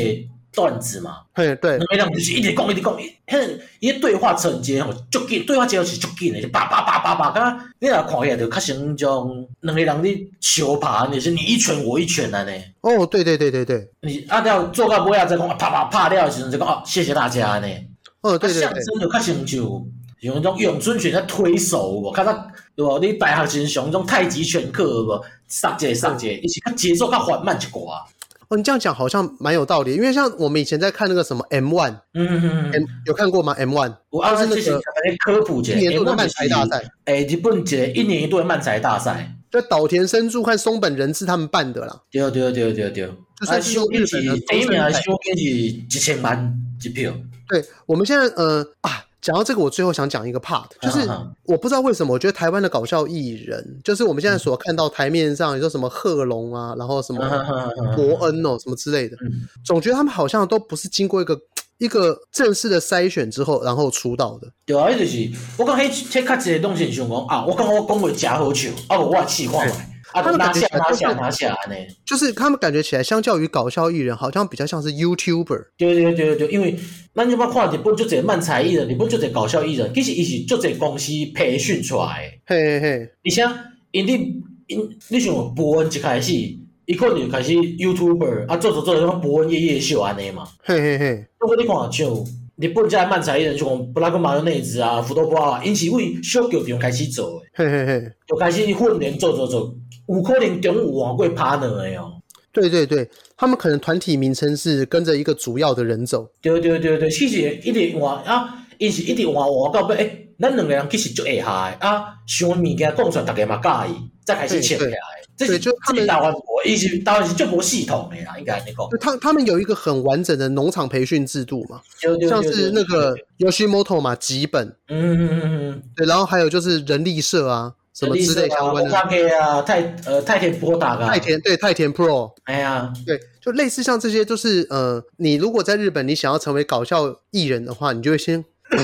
Speaker 2: 段子嘛，
Speaker 1: 嘿，对
Speaker 2: 那，个人就是一直讲一直讲，迄伊迄对话承接吼，足紧，对话节奏是足紧的，就叭叭叭叭叭，刚刚你若看起来就较像迄种两个人咧相拍，就是你一拳我一拳安尼。
Speaker 1: 哦，对对对对对，
Speaker 2: 你啊了做到尾啊，再讲啊啪啪啪了的时阵，就讲哦，谢谢大家安尼。
Speaker 1: 哦，对
Speaker 2: 啊，
Speaker 1: 对
Speaker 2: 相
Speaker 1: 对，
Speaker 2: 声就较像就用迄种咏春拳在推手有无？较早有无？你
Speaker 1: 嗯
Speaker 2: 大学时上迄种太极拳课有无？杀者杀者，伊是较节奏较缓慢一寡。
Speaker 1: 哦，你这样讲好像蛮有道理，因为像我们以前在看那个什么 M One，
Speaker 2: 嗯嗯
Speaker 1: ，M
Speaker 2: 嗯，
Speaker 1: 有看过吗？M One
Speaker 2: 我二
Speaker 1: 就是是那
Speaker 2: 之前
Speaker 1: 个
Speaker 2: 甲你科普一下，哎
Speaker 1: 一年度的
Speaker 2: 诶
Speaker 1: 漫才大，赛，
Speaker 2: 诶、哎日本一个一年一度的漫才大赛，
Speaker 1: 就岛田伸助和松本人志他们办的啦。
Speaker 2: 对对对对对，
Speaker 1: 就
Speaker 2: 啊，
Speaker 1: 算是
Speaker 2: 收
Speaker 1: 日
Speaker 2: 益
Speaker 1: 本
Speaker 2: 是
Speaker 1: 的
Speaker 2: 第一名
Speaker 1: 中生代
Speaker 2: 收益是一千万一票，
Speaker 1: 对，我们现在呃啊，讲到这个，我最后想讲一个 part，就是
Speaker 2: 啊
Speaker 1: 我不知道为什么，我觉得台湾的搞笑艺人，就是我们现在所看到台面上，你说什么贺龙啊，然后什
Speaker 2: 嗯啊啊
Speaker 1: 么
Speaker 2: 啊啊
Speaker 1: 伯恩哦，什么之类的
Speaker 2: 嗯，
Speaker 1: 总觉得他们好像都不是经过一个一个正式的筛选之后，然后出道的。
Speaker 2: 对啊，迄就是我讲迄迄较一个动现想讲啊，我讲我讲话真好笑，啊无我试看觅，啊
Speaker 1: 他们
Speaker 2: 就拿
Speaker 1: 感觉起来
Speaker 2: 下拿
Speaker 1: 就是
Speaker 2: 下拿下安尼。
Speaker 1: 就是他们感觉起来，相较于搞笑艺人，好像比较像是 YouTuber。
Speaker 2: 对对对对，因为咱即摆看日本足侪漫才艺人，日本足侪搞笑艺人，其实伊是足侪公司培训出来
Speaker 1: 嘿嘿嘿，
Speaker 2: 的，而且因你因你想伯恩一开始，伊可能就开始 YouTuber 啊做做做做伯恩夜夜秀安尼嘛。
Speaker 1: 嘿嘿嘿，
Speaker 2: 不过你看像日本遮漫才艺人，像布拉格马尤内兹啊、福多波啊，因是为小剧场开始做的。
Speaker 1: 嘿嘿嘿，
Speaker 2: 就开始训练做做做，有可能中午换过 partner 的哦。
Speaker 1: 对对对，他们可能团体名称是跟着一个主要的人走。
Speaker 2: 对对对对，其实一直换啊，因是一直换换到尾，诶、咱两个人其实就会下的啊，想的物件讲出来，大家嘛介意，再开始请起来的。这
Speaker 1: 对
Speaker 2: 是
Speaker 1: 就他
Speaker 2: 这
Speaker 1: 们
Speaker 2: 是台湾无，伊是台湾是足无系统的啦，应该安尼讲。
Speaker 1: 就他他们有一个很完整的农场培训制度嘛，
Speaker 2: 对对对
Speaker 1: 像
Speaker 2: 对
Speaker 1: 是
Speaker 2: 对
Speaker 1: 那个 Yoshimoto 嘛，吉本
Speaker 2: 嗯嗯嗯嗯，
Speaker 1: 对，然后还有就是人力社啊什么之类相关的，
Speaker 2: 大啊，太呃太田波达啊，
Speaker 1: 太，田对太田 Pro
Speaker 2: 哎呀，
Speaker 1: 对，就类似像这些，就是呃，你如果在日本你想要成为搞笑艺人的话，你就会先。 *laughs*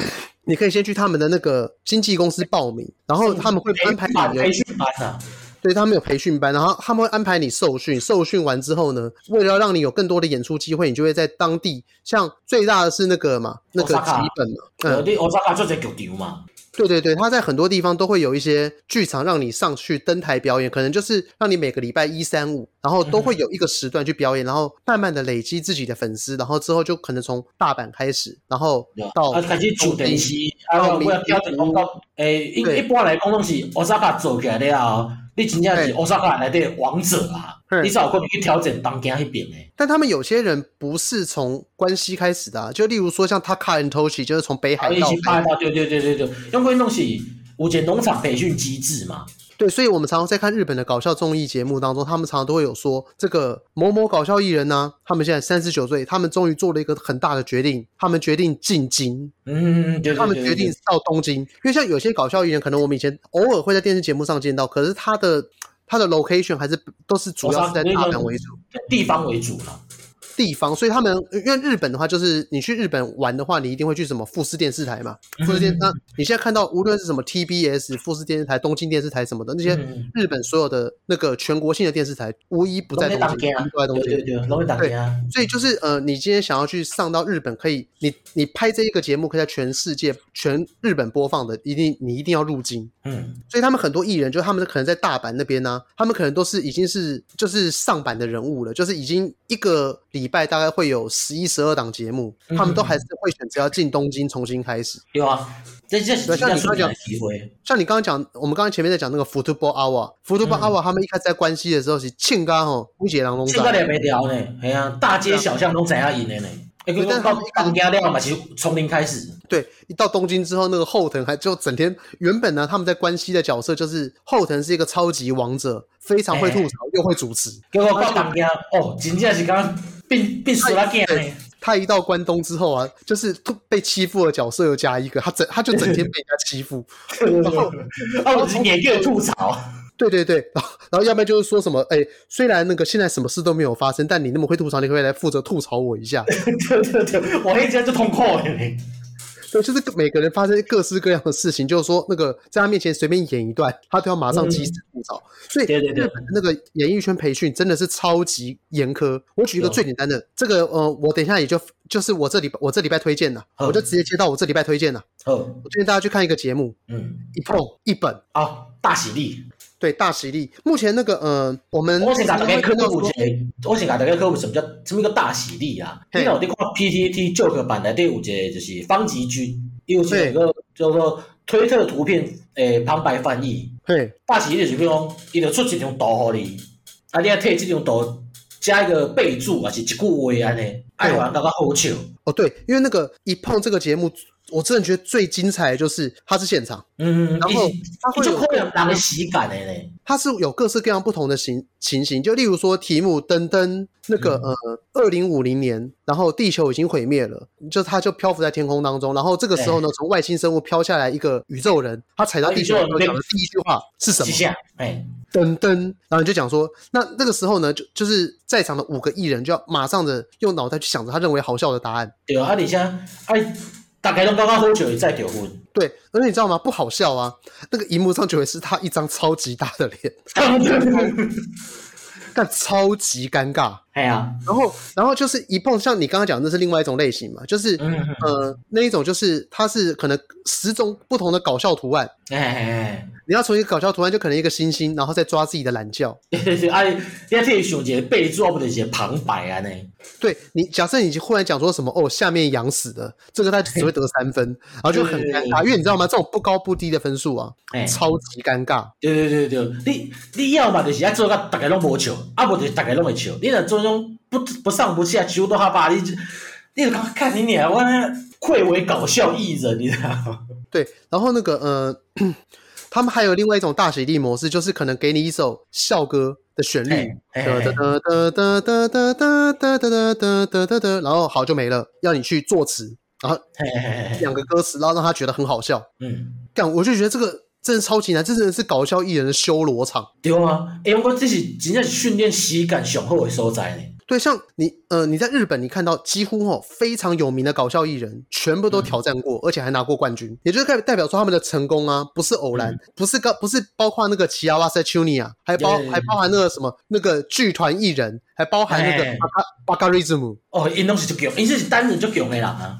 Speaker 1: 你可以先去他们的那个经纪公司报名，然后他们会安排
Speaker 2: 培
Speaker 1: 你
Speaker 2: 训班
Speaker 1: 的
Speaker 2: 培训班啊，
Speaker 1: 对他们有培训班，然后他们会安排你受训，受训完之后呢，为了要让你有更多的演出机会，你就会在当地，像最大的是那个嘛，那个
Speaker 2: Osaka
Speaker 1: 吉本嘛，
Speaker 2: 呃，
Speaker 1: 嗯，
Speaker 2: 你我早卡做者剧场嘛，
Speaker 1: 对对对，他在很多地方都会有一些剧场让你上去登台表演，可能就是让你每个礼拜一、三、五，然后都会有一个时段去表演，然后慢慢的累积自己的粉丝，然后之后就可能从大阪开始，然后到
Speaker 2: 啊，开始上电视，啊，我要标准讲到，诶，一一般来讲拢是 Osaka 做起来了，你真正是 Osaka 内底王者啊，你才有可能去调整东京迄边诶。
Speaker 1: 但他们有些人不是从关西开始的、啊，就例如说像 Taka and Toshi，就是从北
Speaker 2: 啊，
Speaker 1: 海
Speaker 2: 一
Speaker 1: 道
Speaker 2: 起
Speaker 1: 开
Speaker 2: 拍
Speaker 1: 始。
Speaker 2: 到，对对对对对，因为拢是有一个农场培训机制嘛，
Speaker 1: 对，所以我们常常在看日本的搞笑综艺节目当中，他们常常都会有说，这个某某搞笑艺人呢、他们现在三十九岁，他们终于做了一个很大的决定，他们决定进京，
Speaker 2: 嗯，对对对，
Speaker 1: 他们决定到东京，因为像有些搞笑艺人，可能我们以前偶尔会在电视节目上见到，可是他的他的 location 还是都是主要是
Speaker 2: 哦
Speaker 1: 在大阪为主
Speaker 2: 地方为主啦，
Speaker 1: 地方，所以他们因为日本的话，就是你去日本玩的话，你一定会去什么富士电视台嘛，富士
Speaker 2: 嗯
Speaker 1: 电那你现在看到无论是什么 TBS、富士电视台、东京电视台什么的那些
Speaker 2: 嗯
Speaker 1: 日本所有的那个全国性的电视台，无一不在
Speaker 2: 拢在
Speaker 1: 东
Speaker 2: 东
Speaker 1: 京，
Speaker 2: 京
Speaker 1: 无
Speaker 2: 啊
Speaker 1: 一不在，东京
Speaker 2: 对对。对，拢在东京啊，
Speaker 1: 所以就是呃，你今天想要去上到日本，可以，你你拍这一个节目，可以在全世界、全日本播放的，一定你一定要入京。
Speaker 2: 嗯，
Speaker 1: 所以他们很多艺人，就是他们可能在大阪那边呢、他们可能都是已经是就是上版的人物了，就是已经一个礼拜大概会有十一、十二档节目，
Speaker 2: 嗯
Speaker 1: 他们都还是会选择要进东京重新开始。
Speaker 2: 对啊，这这是真正出来机会，
Speaker 1: 像你刚刚讲，我们刚刚前面在讲那个 Football Hour，Football
Speaker 2: 嗯
Speaker 1: Hour，他们一开始在关西的时候是庆刚吼，吴姐郎龙
Speaker 2: 这
Speaker 1: 仔
Speaker 2: 个也没聊呢，哎呀，大街小巷都知影因的呢。哎，
Speaker 1: 啊对
Speaker 2: 佮
Speaker 1: 但
Speaker 2: 讲
Speaker 1: 他
Speaker 2: 到
Speaker 1: 们
Speaker 2: 东京了嘛，是从零开始。
Speaker 1: 对，一到东京之后，那个后藤还就整天原本呢，他们在关西的角色就是后藤是一个超级王者，非常会吐槽又会主持。
Speaker 2: 结果到东京，哦，真正是讲变变输啦囝呢。
Speaker 1: 他一到关东之后啊，就是吐被欺负的角色又加一个，他整他就整天被人家欺负。然后
Speaker 2: 啊，我是眼叫吐槽。
Speaker 1: 对对对，然后然后要不然就是说什么，哎，虽然那个现在什么事都没有发生，但你那么会吐槽，你可不可以来负责吐槽我一下？
Speaker 2: 对对对，我迄只就痛苦的呢。
Speaker 1: 对，就是每个人发生各式各样的事情，就是说那个在他面前随便演一段，他都要马上及时吐槽。所以
Speaker 2: 嗯对对
Speaker 1: 日
Speaker 2: 对
Speaker 1: 本的那个演艺圈培训真的是超级严苛。我举一个最简单的，这个呃，我等一下也就就是我这礼拜我这礼拜推荐的，
Speaker 2: 嗯
Speaker 1: 我就直接接到我这礼拜推荐的。
Speaker 2: 好，
Speaker 1: 我推荐大家去看一个节目，
Speaker 2: 嗯，
Speaker 1: 一碰一本。
Speaker 2: 啊，大喜力。
Speaker 1: 对大实力，目前那个呃，我们
Speaker 2: 我先甲大
Speaker 1: 会
Speaker 2: 家科
Speaker 1: 看到
Speaker 2: 普一
Speaker 1: 说
Speaker 2: 下，我先甲大家科普什么叫什么叫大喜力啊？你
Speaker 1: 嘿
Speaker 2: 若有你看 PTT Joke 版内底有一个就是方吉君，伊有一
Speaker 1: 对
Speaker 2: 个叫做推特图片诶旁白翻译。
Speaker 1: 嘿，
Speaker 2: 大喜力就是比如讲，伊就出一张图互你，啊，你啊摕即张图加一个备注啊，是一句话安尼，爱玩感觉好笑。
Speaker 1: 哦，对，因为那个一碰这个节目，我真的觉得最精彩的就是它是现场，
Speaker 2: 嗯，
Speaker 1: 然后它会
Speaker 2: 就
Speaker 1: 有
Speaker 2: 可能人的喜感的咧。
Speaker 1: 它是有各式各样不同的情情形，就例如说题目登登那个、
Speaker 2: 嗯
Speaker 1: 呃，二零五零年，然后地球已经毁灭了，就它就漂浮在天空当中，然后这个时候呢，从外星生物飘下来一个宇宙人，他踩到地球
Speaker 2: 啊
Speaker 1: 的
Speaker 2: 宇
Speaker 1: 时
Speaker 2: 宙
Speaker 1: 候
Speaker 2: 人
Speaker 1: 讲的第一句话是什
Speaker 2: 一
Speaker 1: 么？
Speaker 2: 下，哎，
Speaker 1: 噔噔，然后你就讲说，那那个时候呢，就就是在场的五个艺人就要马上的用脑袋去想着他认为好笑的答案。
Speaker 2: 对啊，啊而且哎，大家拢感觉好笑，会再得 *laughs* 分。
Speaker 1: 对，而且你知道吗？不好笑啊！那个荧幕上就会是他一张超级大的脸，但超级尴尬。
Speaker 2: 哎呀，
Speaker 1: 然后，然后就是一碰，像你刚刚讲，那是另外一种类型嘛，就是
Speaker 2: 嗯嗯
Speaker 1: 呃，那一种就是它是可能十种不同的搞笑图案，
Speaker 2: 哎哎
Speaker 1: 你要从一个搞笑图案就可能一个星星，然后再抓自己的懒觉。
Speaker 2: *laughs* 哎，对对，啊，你啊，替伊想一个备注，啊，不就是一个旁白安尼？
Speaker 1: 对你，假设你忽然讲说什么哦，下面痒死了，这个他只会得三分，然后就很尴尬，因为你知道吗？这种不高不低的分数啊，
Speaker 2: 哎，
Speaker 1: 超级尴尬。
Speaker 2: 对对对对，你你要嘛就是爱做到大家拢无笑，啊无就是大家拢会笑。你若做那种不不上不下、手都哈巴，你就你就感觉看你俩我那愧为搞笑艺人，你知道吗？
Speaker 1: 对，然后那个呃， *clears throat* 他们还有另外一种大喜力模式，就是可能给你一首校歌的旋律，哒
Speaker 2: 嘿
Speaker 1: 哒
Speaker 2: 嘿
Speaker 1: 哒哒哒哒哒哒哒哒哒哒哒，然后好就没了，要你去作词，然后
Speaker 2: 嘿嘿嘿嘿，
Speaker 1: 两个歌词，然后让他觉得很好笑。
Speaker 2: 嗯，
Speaker 1: 干，我就觉得这个真的超级难，这真的是搞笑艺人的修罗场。
Speaker 2: 对啊，因为这是真正是训练喜感上好的所在呢。
Speaker 1: 对，像你呃，你在日本，你看到几乎哦非常有名的搞笑艺人，全部都挑战过，而且还拿过冠军，也就是代代表说他们的成功啊，不是偶然，不是高，不是包括那个奇亚瓦塞丘尼啊，还包
Speaker 2: 对对对
Speaker 1: 还包含那个什么那个剧团艺人，还包含那个
Speaker 2: 哎
Speaker 1: 巴嘎巴嘎瑞兹姆，
Speaker 2: 哦，因拢是足强，因这是单人足强的人啊。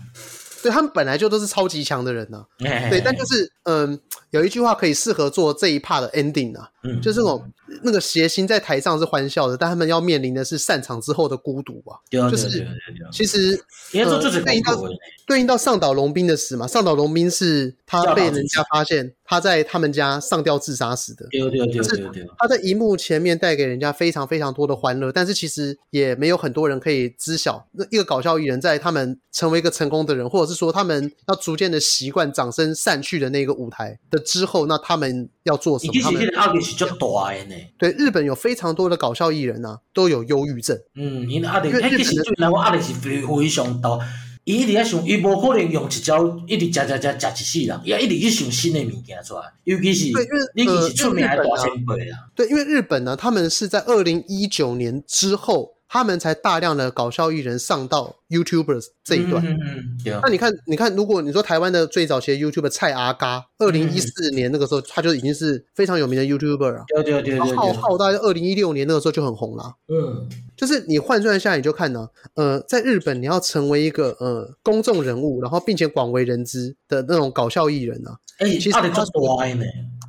Speaker 1: 对他们本来就都是超级强的人呐、
Speaker 2: 嘿嘿嘿
Speaker 1: 对，但就是嗯、有一句话可以适合做这一 part 的 ending 啊，
Speaker 2: 嗯
Speaker 1: 就是那种那个谐星在台上是欢笑的，但他们要面临的是散场之后的孤独啊，
Speaker 2: 对啊，
Speaker 1: 就
Speaker 2: 就是是因
Speaker 1: 其实。
Speaker 2: 为这就是
Speaker 1: 呃那一道
Speaker 2: 功夫的
Speaker 1: 对应到上岛龙兵的死嘛，上岛龙兵是他被人家发现他在他们家上吊自杀死的。
Speaker 2: 对对对
Speaker 1: 是
Speaker 2: 对对，
Speaker 1: 他在荧幕前面带给人家非常非常多的欢乐，但是其实也没有很多人可以知晓，那一个搞笑艺人在他们成为一个成功的人，或者是说他们要逐渐的习惯掌声散去的那个舞台的之后，那他们要做什
Speaker 2: 伊
Speaker 1: 么？
Speaker 2: 其
Speaker 1: 他
Speaker 2: 实
Speaker 1: 们
Speaker 2: 迄个压力是足大的呢。
Speaker 1: 对日本有非常多的搞笑艺人啊，都有忧郁症。
Speaker 2: 嗯，因压力，
Speaker 1: 因为日本
Speaker 2: 迄其实
Speaker 1: 人
Speaker 2: 对咱讲压力是非非常大。伊一直在想，伊无可能用一招一直食食食食一世人，伊一直去想新的物件出来。尤其是
Speaker 1: 对因为
Speaker 2: 你其
Speaker 1: 呃
Speaker 2: 是出名的
Speaker 1: 因为日本
Speaker 2: 大
Speaker 1: 啊
Speaker 2: 前辈啦，
Speaker 1: 对，因为日本呢，他们是在二零一九年之后，他们才大量的搞笑艺人上到 YouTubers 这一段。
Speaker 2: 嗯嗯嗯，对啊
Speaker 1: 那，你看，你看，如果你说台湾的最早期的 YouTuber 蔡阿嘎，二零一四年那个时候，他就已经是非常有名的 YouTuber 啊。
Speaker 2: 对对对
Speaker 1: 然
Speaker 2: 对
Speaker 1: 后浩
Speaker 2: 对，
Speaker 1: 浩大概二零一六年那个时候就很红啦、
Speaker 2: 嗯，
Speaker 1: 就是你换算下来，你就看呢、呃，在日本你要成为一个呃公众人物，然后并且广为人知的那种搞笑艺人啊，
Speaker 2: 而
Speaker 1: 其实
Speaker 2: 且哎压力足
Speaker 1: 他
Speaker 2: 大的呢。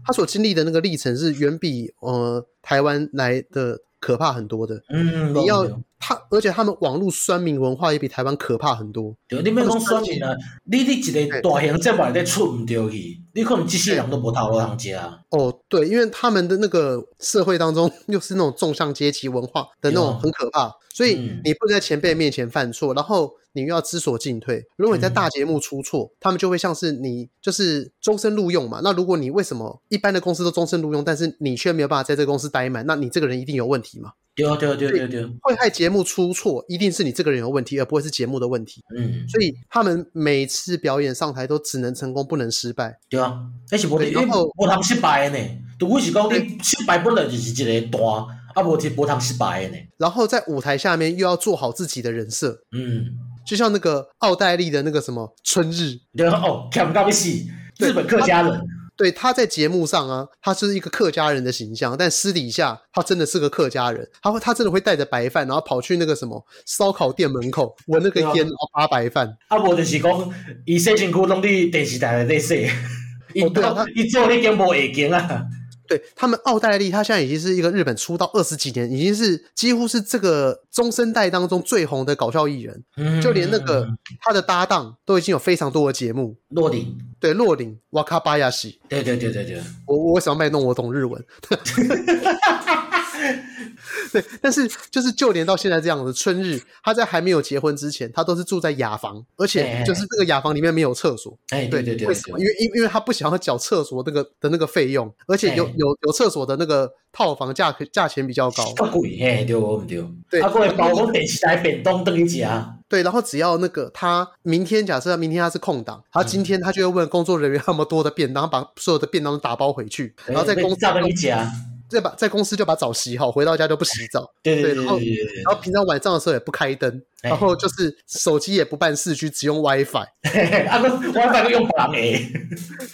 Speaker 1: 他所经历的那个历程是远比呃台湾来的可怕很多的。
Speaker 2: 嗯，
Speaker 1: 你要
Speaker 2: 对
Speaker 1: 他，而且他们网络酸民文化也比台湾可怕很多。
Speaker 2: 对，你免讲选民啊，你你一个大型节目内底出毋着去，你可能一世人都无头路通食啊。
Speaker 1: 哦，对，因为他们的那个社会当中 *laughs* 又是那种纵向阶级文化的那
Speaker 2: 有
Speaker 1: 种
Speaker 2: 啊
Speaker 1: 很可怕，所以
Speaker 2: 嗯
Speaker 1: 你不能在前辈面前犯错，然后你又要知所进退。如果你在大节目出错，他们就会像是你就是终身录用嘛。那如果你为什么一般的公司都终身录用，但是你却没有办法在这个公司待满，那你这个人一定有问题嘛？
Speaker 2: 对对对对对，
Speaker 1: 会害节目出错，一定是你这个人有问题，而不会是节目的问题。
Speaker 2: 嗯，
Speaker 1: 所以他们每次表演上台都只能成功不能失败。
Speaker 2: 对啊，迄是无
Speaker 1: 对然后
Speaker 2: 无通失败的呢。除非是讲你失败本来就是一个单，啊无是无通失败的呢。
Speaker 1: 然后在舞台下面又要做好自己的人设，
Speaker 2: 嗯，
Speaker 1: 就像那个奥黛丽的那个什么春日，
Speaker 2: 对啊，哦，欠到要死，
Speaker 1: 对啊
Speaker 2: 日本客家人，
Speaker 1: 对，她在节目上啊，她是一个客家人的形象，但私底下她真的是个客家人，她会她真的会带着白饭，然后跑去那个什么烧烤店门口闻那个
Speaker 2: *laughs* 对啊
Speaker 1: 烟，然后扒白饭。
Speaker 2: 啊无就是讲伊洗身躯拢伫电视台内底洗，伊
Speaker 1: 哦对啊他
Speaker 2: 伊做迄间无下间啊。
Speaker 1: 对他们，奥黛丽她现在已经是一个日本出道二十几年，已经是几乎是这个中生代当中最红的搞笑艺人，
Speaker 2: 嗯
Speaker 1: 就连那个她的搭档都已经有非常多的节目。
Speaker 2: 落地，
Speaker 1: 对，洛林瓦卡巴亚西，
Speaker 2: 对对对对对，
Speaker 1: 我我为什么要卖弄我懂日文？ *laughs* 对，但是就是就连到现在这样子，春日他在还没有结婚之前，他都是住在雅房，而且就是这个雅房里面没有厕所。
Speaker 2: 哎，对对对，
Speaker 1: 为什么？因为因因为他不想要缴厕所那个的那个费用，而且
Speaker 2: 哎
Speaker 1: 有有有厕所的那个套房价价钱比较高，
Speaker 2: 较贵嘿，对不对？
Speaker 1: 对，
Speaker 2: 啊，过来包括电视台便当等于吃。啊
Speaker 1: 对，然后只要那个他明天假设明天他是空档，他
Speaker 2: 嗯
Speaker 1: 今天他就会问工作人员有没有多的便当，把所有的便当都打包回去，然
Speaker 2: 哎
Speaker 1: 后在公司
Speaker 2: 等于吃。啊
Speaker 1: 再把在公司就把澡洗好，回到家就不洗澡。
Speaker 2: 对 *laughs* 对哎
Speaker 1: 对。然后然后平常晚上的时候也不开灯，然后就是手机也不办四 G，只用 WiFi。
Speaker 2: *laughs* 啊，WiFi 用不诶。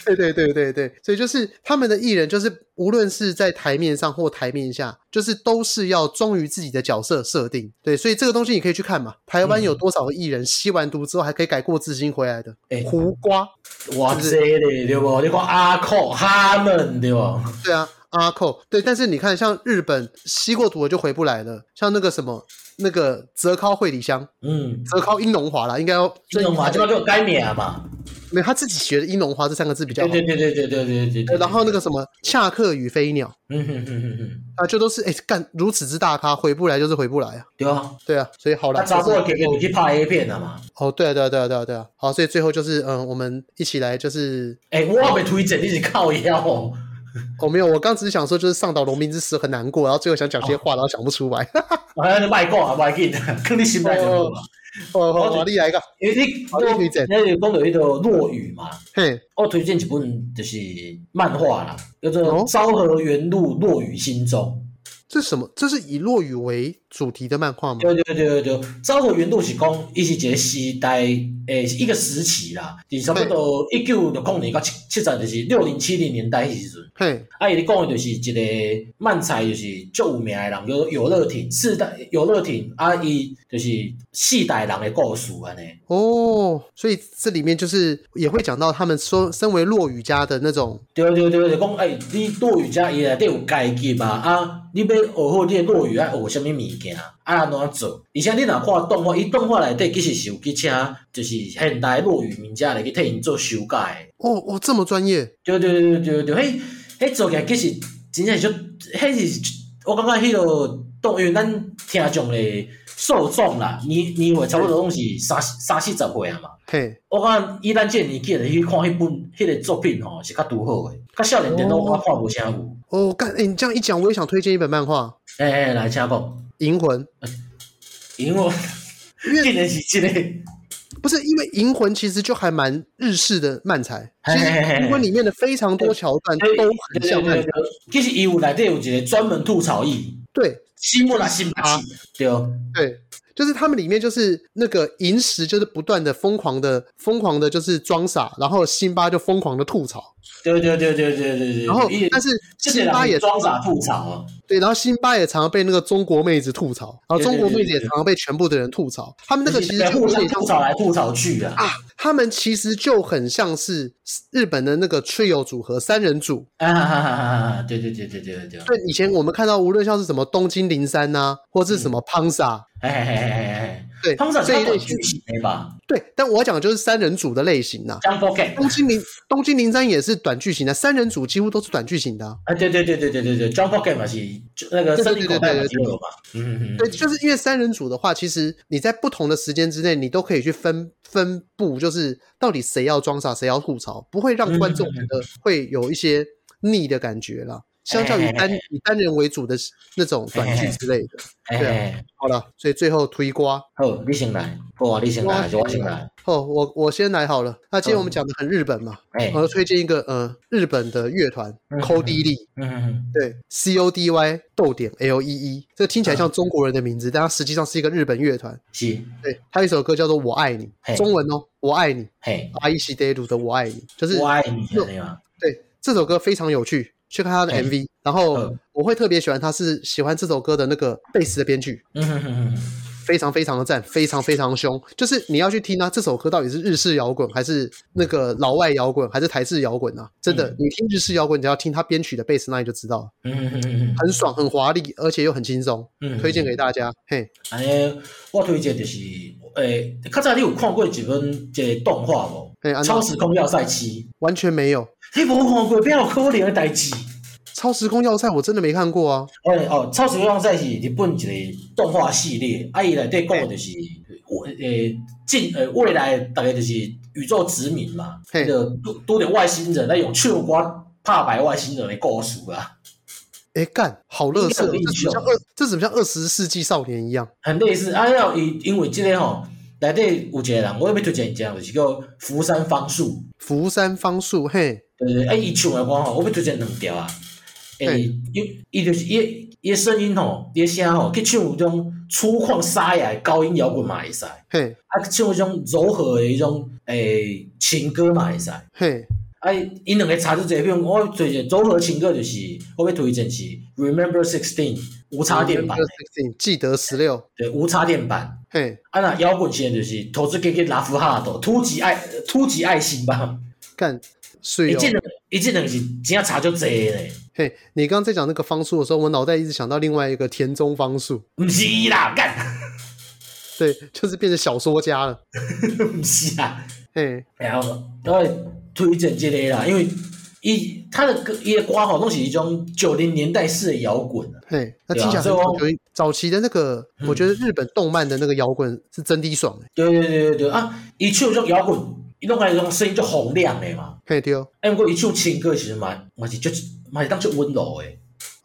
Speaker 1: 对对对对对，所以就是他们的艺人，就是无论是在台面上或台面下，就是都是要忠于自己的角色设定。对，所以这个东西你可以去看嘛。台湾
Speaker 2: 嗯
Speaker 1: 有多少个艺人吸完毒之后还可以改过自新回来的？哎，胡瓜，
Speaker 2: 哇塞嘞，对不？你讲阿寇、哈们，对不？
Speaker 1: 对啊。阿寇对，但是你看，像日本吸过毒的就回不来了，像那个什么那个泽尻惠里香，
Speaker 2: 嗯，
Speaker 1: 泽尻英龙华啦，应该要
Speaker 2: 英龙华就就改名嘛，
Speaker 1: 没有他自己学的英龙华这三个字比较好，
Speaker 2: 对对对对对对对对。
Speaker 1: 然后那个什么恰克与飞鸟，
Speaker 2: 嗯哼哼哼哼，
Speaker 1: 啊，就都是哎干如此之大咖，回不来就是回不来啊，
Speaker 2: 对啊，
Speaker 1: 对啊，所以好了，
Speaker 2: 他早过给你去拍 A 片了嘛，
Speaker 1: 哦，对啊对啊对啊对啊对啊，好，所以最后就是嗯，我们一起来就是
Speaker 2: 哎，我还没推荐，你是靠腰。
Speaker 1: 我、哦、没有，我刚只是想说，就是上岛农民之死很难过，然后最后想讲些话，哦、然后讲不出
Speaker 2: *laughs*
Speaker 1: 来。
Speaker 2: 我还要卖讲啊，卖紧， *laughs* 看你心态怎么嘛。
Speaker 1: 哦，好，你来一个，
Speaker 2: 因为你
Speaker 1: 我推荐，
Speaker 2: 那有讲有一个落雨嘛，
Speaker 1: 嘿，
Speaker 2: 我推荐一本就是漫画啦，叫做《昭和元禄落雨心中》。
Speaker 1: 这什么？这是以落雨为主题的漫画吗？
Speaker 2: 对对对对对，昭和元禄是讲伊是一个时代，诶、欸，一个时期啦，就是差不多一九六零年到七七十，就是六零七零年代迄时阵。
Speaker 1: 嘿，
Speaker 2: 啊，伊咧讲的就是一个漫才，就是最有名的人，叫游乐艇四代游乐艇，啊，伊就是四代人的故事安尼。
Speaker 1: 哦，所以这里面就是也会讲到他们说，身为落雨家的那种。
Speaker 2: 对对对，就讲诶、欸，你落雨家伊内底有阶级嘛啊。你要学好你的落语，爱学什么物件，啊安怎做？而且你若看动画，伊动画内底其实是有去请，就是现代落语名家来去替因做修改。
Speaker 1: 哦哦，这么专业？
Speaker 2: 对对对对对，迄迄做起来其实真正是，迄是我感觉迄个动，因为咱听众咧。受众啦，年年岁差不多拢是三三四十岁啊嘛。
Speaker 1: 嘿，
Speaker 2: 我讲以咱这年纪来去看迄本迄个作品吼，是较拄好诶。较少年电脑我看无啥有。
Speaker 1: 哦，干，诶，你这样一讲，我也想推荐一本漫画。
Speaker 2: 诶诶，来，请讲。
Speaker 1: 银魂，
Speaker 2: 银魂， *laughs* 竟然是这个。
Speaker 1: 不是因为《银魂》其实就还蛮日式的漫才，其实《银魂》里面的非常多桥段都很像漫才。
Speaker 2: 其实伊有内底有一个专门吐槽艺，
Speaker 1: 对，
Speaker 2: 新木啦新巴西，对
Speaker 1: 啊对，就是他们里面就是那个银石，就是不断的疯狂的疯狂的，就是装傻，然后辛巴就疯狂的吐槽。
Speaker 2: 对对对对对对对。
Speaker 1: 然后，但是辛巴也
Speaker 2: 装傻吐槽啊。
Speaker 1: 对，然后辛巴也常常被那个中国妹子吐槽，然后中国妹子也常常被全部的人吐槽。他们那个其实就有点
Speaker 2: 吐槽来吐槽去啊。
Speaker 1: 啊，他们其实就很像是日本的那个 trio 组合三人组
Speaker 2: 啊啊啊！对对对对对对。
Speaker 1: 对，以前我们看到无论像是什么东京零三呐，或是什么 Pansa，
Speaker 2: 哎哎哎哎哎，
Speaker 1: 对
Speaker 2: ，Pansa
Speaker 1: 这一类
Speaker 2: 剧情吧。
Speaker 1: 对，但我讲的就是三人组的类型呐。东京零东京零三也是短剧情的，三人组几乎都是短剧情的。
Speaker 2: 啊，对对对对对对对，Jump Game 嘛是。那个
Speaker 1: 对对对对
Speaker 2: 对嘛，嗯，
Speaker 1: 对，就是因为三人组的话，其实你在不同的时间之内，你都可以去分分布，就是到底谁要装傻，谁要吐槽，不会让观众觉得会有一些腻的感觉啦。相较于单以单人为主的那种短剧之类的，对啊。好了，所以最后推瓜，
Speaker 2: 哦，你先来，哦，你先来，我先来。
Speaker 1: 哦，我我先来好了。那今天我们讲的很日本嘛，我要推荐一个呃日本的乐团 c o d 力，
Speaker 2: 嗯，
Speaker 1: 对，C O D Y 逗点 L E E，这听起来像中国人的名字，但它实际上是一个日本乐团。
Speaker 2: 是，
Speaker 1: 对，它有一首歌叫做《我爱你》，中文哦，我爱你，
Speaker 2: 嘿，
Speaker 1: 阿伊西德 E 鲁的我爱你，就是
Speaker 2: 我爱你，啊对吗？
Speaker 1: 对，这首歌非常有趣。去看他的 MV，然后我会特别喜欢他是喜欢这首歌的那个贝斯的编剧，
Speaker 2: 嗯哼哼哼，
Speaker 1: 非常非常的赞，非常非常凶。就是你要去听啊，这首歌到底是日式摇滚还是那个老外摇滚还是台式摇滚啊？真的，你听日式摇滚，你只要听他编曲的贝斯那你就知道了，
Speaker 2: 嗯哼哼
Speaker 1: 很爽，很华丽，而且又很轻松，推荐给大家。嘿，
Speaker 2: 哎，我推荐就是诶，较早你有看过一本一个动画无？
Speaker 1: 哎，
Speaker 2: 超时空要塞七
Speaker 1: 完全没有。
Speaker 2: 你无看过，变有可能的代志。
Speaker 1: 超时空要塞我真的没看过啊。
Speaker 2: 哎哦，超时空要塞是日本一个动画系列，啊，伊内底讲的就是诶近诶未来大概就是宇宙殖民嘛，
Speaker 1: 嘿
Speaker 2: 就都都得外星人那种唱歌拍白外星人的故事啊，
Speaker 1: 哎干，好乐色，哦
Speaker 2: 应
Speaker 1: 这
Speaker 2: 该有印
Speaker 1: 怎么
Speaker 2: 象
Speaker 1: 像二这怎么像二十世纪少年一样？
Speaker 2: 很类似。啊，要因因为这个吼，内底有一个人，我要推荐一个，就是叫福山芳树。
Speaker 1: 福山芳树，嘿，
Speaker 2: 对对，哎，伊唱的歌吼，我要推荐两条啊。哎，
Speaker 1: 嘿
Speaker 2: 伊伊就是伊伊的声音吼，伊的声吼，去唱迄种粗犷沙哑的高音摇滚嘛会使，啊，
Speaker 1: 嘿，
Speaker 2: 唱迄种柔和的迄种诶情歌嘛会使。
Speaker 1: 嘿，
Speaker 2: 啊，因两个差就这种，我推荐柔和情歌就是我要推荐是 Remember Sixteen 无插电版的，
Speaker 1: 记得十六，
Speaker 2: 对，无插电版。
Speaker 1: 嘿，
Speaker 2: 啊，那摇滚线就是投资给给拉夫哈多，突击爱突击爱心吧。
Speaker 1: 干，水
Speaker 2: 伊
Speaker 1: 哦
Speaker 2: 这。两伊这两个是真正差就济嘞，
Speaker 1: 嘿，你刚刚在讲那个方术的时候，我脑袋一直想到另外一个田中方术，
Speaker 2: 毋是伊啦，干，
Speaker 1: 对，就是变成小说家了。
Speaker 2: 毋是啦。
Speaker 1: 嘿，
Speaker 2: 然后我会推荐这个啦，因为伊他的歌伊的歌吼拢是一种九零年代式的摇滚啊。
Speaker 1: 嘿，那
Speaker 2: 对啊
Speaker 1: 听起来很
Speaker 2: 所以
Speaker 1: 久
Speaker 2: 我
Speaker 1: 就早期的那个，我觉得日本动漫的那个摇滚是真的爽、欸。
Speaker 2: 对对对对对啊，伊唱这种摇滚，伊拢来种声音就洪亮的嘛。
Speaker 1: 嘿对哦，
Speaker 2: 啊，毋过伊唱情歌其实嘛嘛是就嘛是当做温柔的，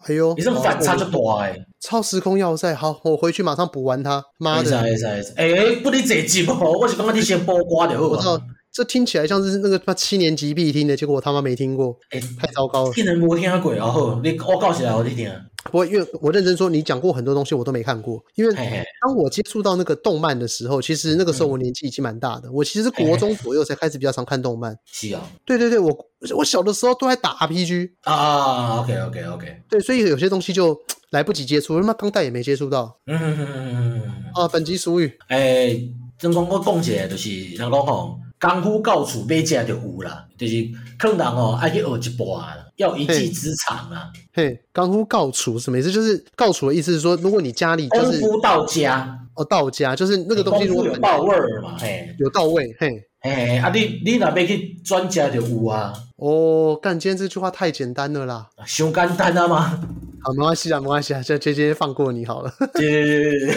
Speaker 1: 哎呦，
Speaker 2: 伊这种反差就
Speaker 1: 哦
Speaker 2: 大诶。
Speaker 1: 超时空要塞，好，我回去马上补完它。妈
Speaker 2: 会使
Speaker 1: 的，
Speaker 2: 会使会使，诶，哎不哩坐集哦，我是感觉你先播歌就
Speaker 1: 我
Speaker 2: 好
Speaker 1: 操
Speaker 2: 啊。，
Speaker 1: 这听起来像是那个他妈七年级必听的，结果我他妈没听过，
Speaker 2: 诶，
Speaker 1: 太糟糕了。
Speaker 2: 哎竟然无听过哦，好，你我告诉来互你听。啊
Speaker 1: 不过因为我认真说，你讲过很多东西我都没看过，因为
Speaker 2: 嘿嘿，
Speaker 1: 当我接触到那个动漫的时候，其实那个时候我年纪已经蛮大的，我其实是国中左右才开始比较常看动漫。
Speaker 2: 是哦。
Speaker 1: 对对对，我我小的时候都在打 RPG，
Speaker 2: 啊，OK OK OK，
Speaker 1: 对，所以有些东西就来不及接触，他妈当代也没接触到
Speaker 2: 嗯嗯嗯嗯嗯哎嗯，
Speaker 1: 啊。本集俗语，
Speaker 2: 诶，怎讲我讲一个，就是人讲吼，功夫到厝买食就有啦，就是坑人吼爱去学一半啦，要有一技之长啊，
Speaker 1: 嘿，刚夫告楚是什么意思？就是告楚的意思是说，如果你家里就
Speaker 2: 功
Speaker 1: 是
Speaker 2: 夫到家，
Speaker 1: 哦到家，就是那个东
Speaker 2: 功
Speaker 1: 西如
Speaker 2: 夫
Speaker 1: 果
Speaker 2: 有
Speaker 1: 本来
Speaker 2: 到味儿嘛，嘿，
Speaker 1: 有到位，嘿，
Speaker 2: 嘿，啊你你若要去专家就有啊，
Speaker 1: 哦，干，今天这句话太简单了啦。
Speaker 2: 伤简单啊嘛， *laughs*
Speaker 1: 好，没关系啊，没关系啊，这这今天放过你好了。
Speaker 2: 对对对对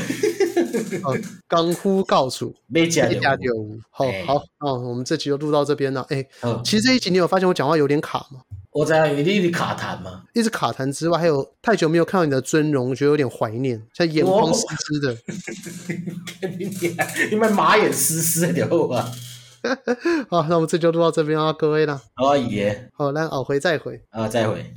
Speaker 2: 对，
Speaker 1: 刚夫告楚，
Speaker 2: 买食
Speaker 1: 一加
Speaker 2: 就有，
Speaker 1: 九五，好
Speaker 2: 哎
Speaker 1: 好哦，我们这集就录到这边了。哎，
Speaker 2: 好，
Speaker 1: 其实这一集你有发现我讲话有点卡吗？
Speaker 2: 我知影你是卡痰嘛， *laughs*
Speaker 1: 一直卡痰之外，还有太久没有看到你的尊容，觉得有点怀念，像眼眶湿湿的。
Speaker 2: 你你莫马眼湿湿的就好啊，
Speaker 1: 好，那我们这集就录到这边啊，各位啦。
Speaker 2: 好啊，爷，
Speaker 1: 好，那偶回再回。
Speaker 2: 啊，再会。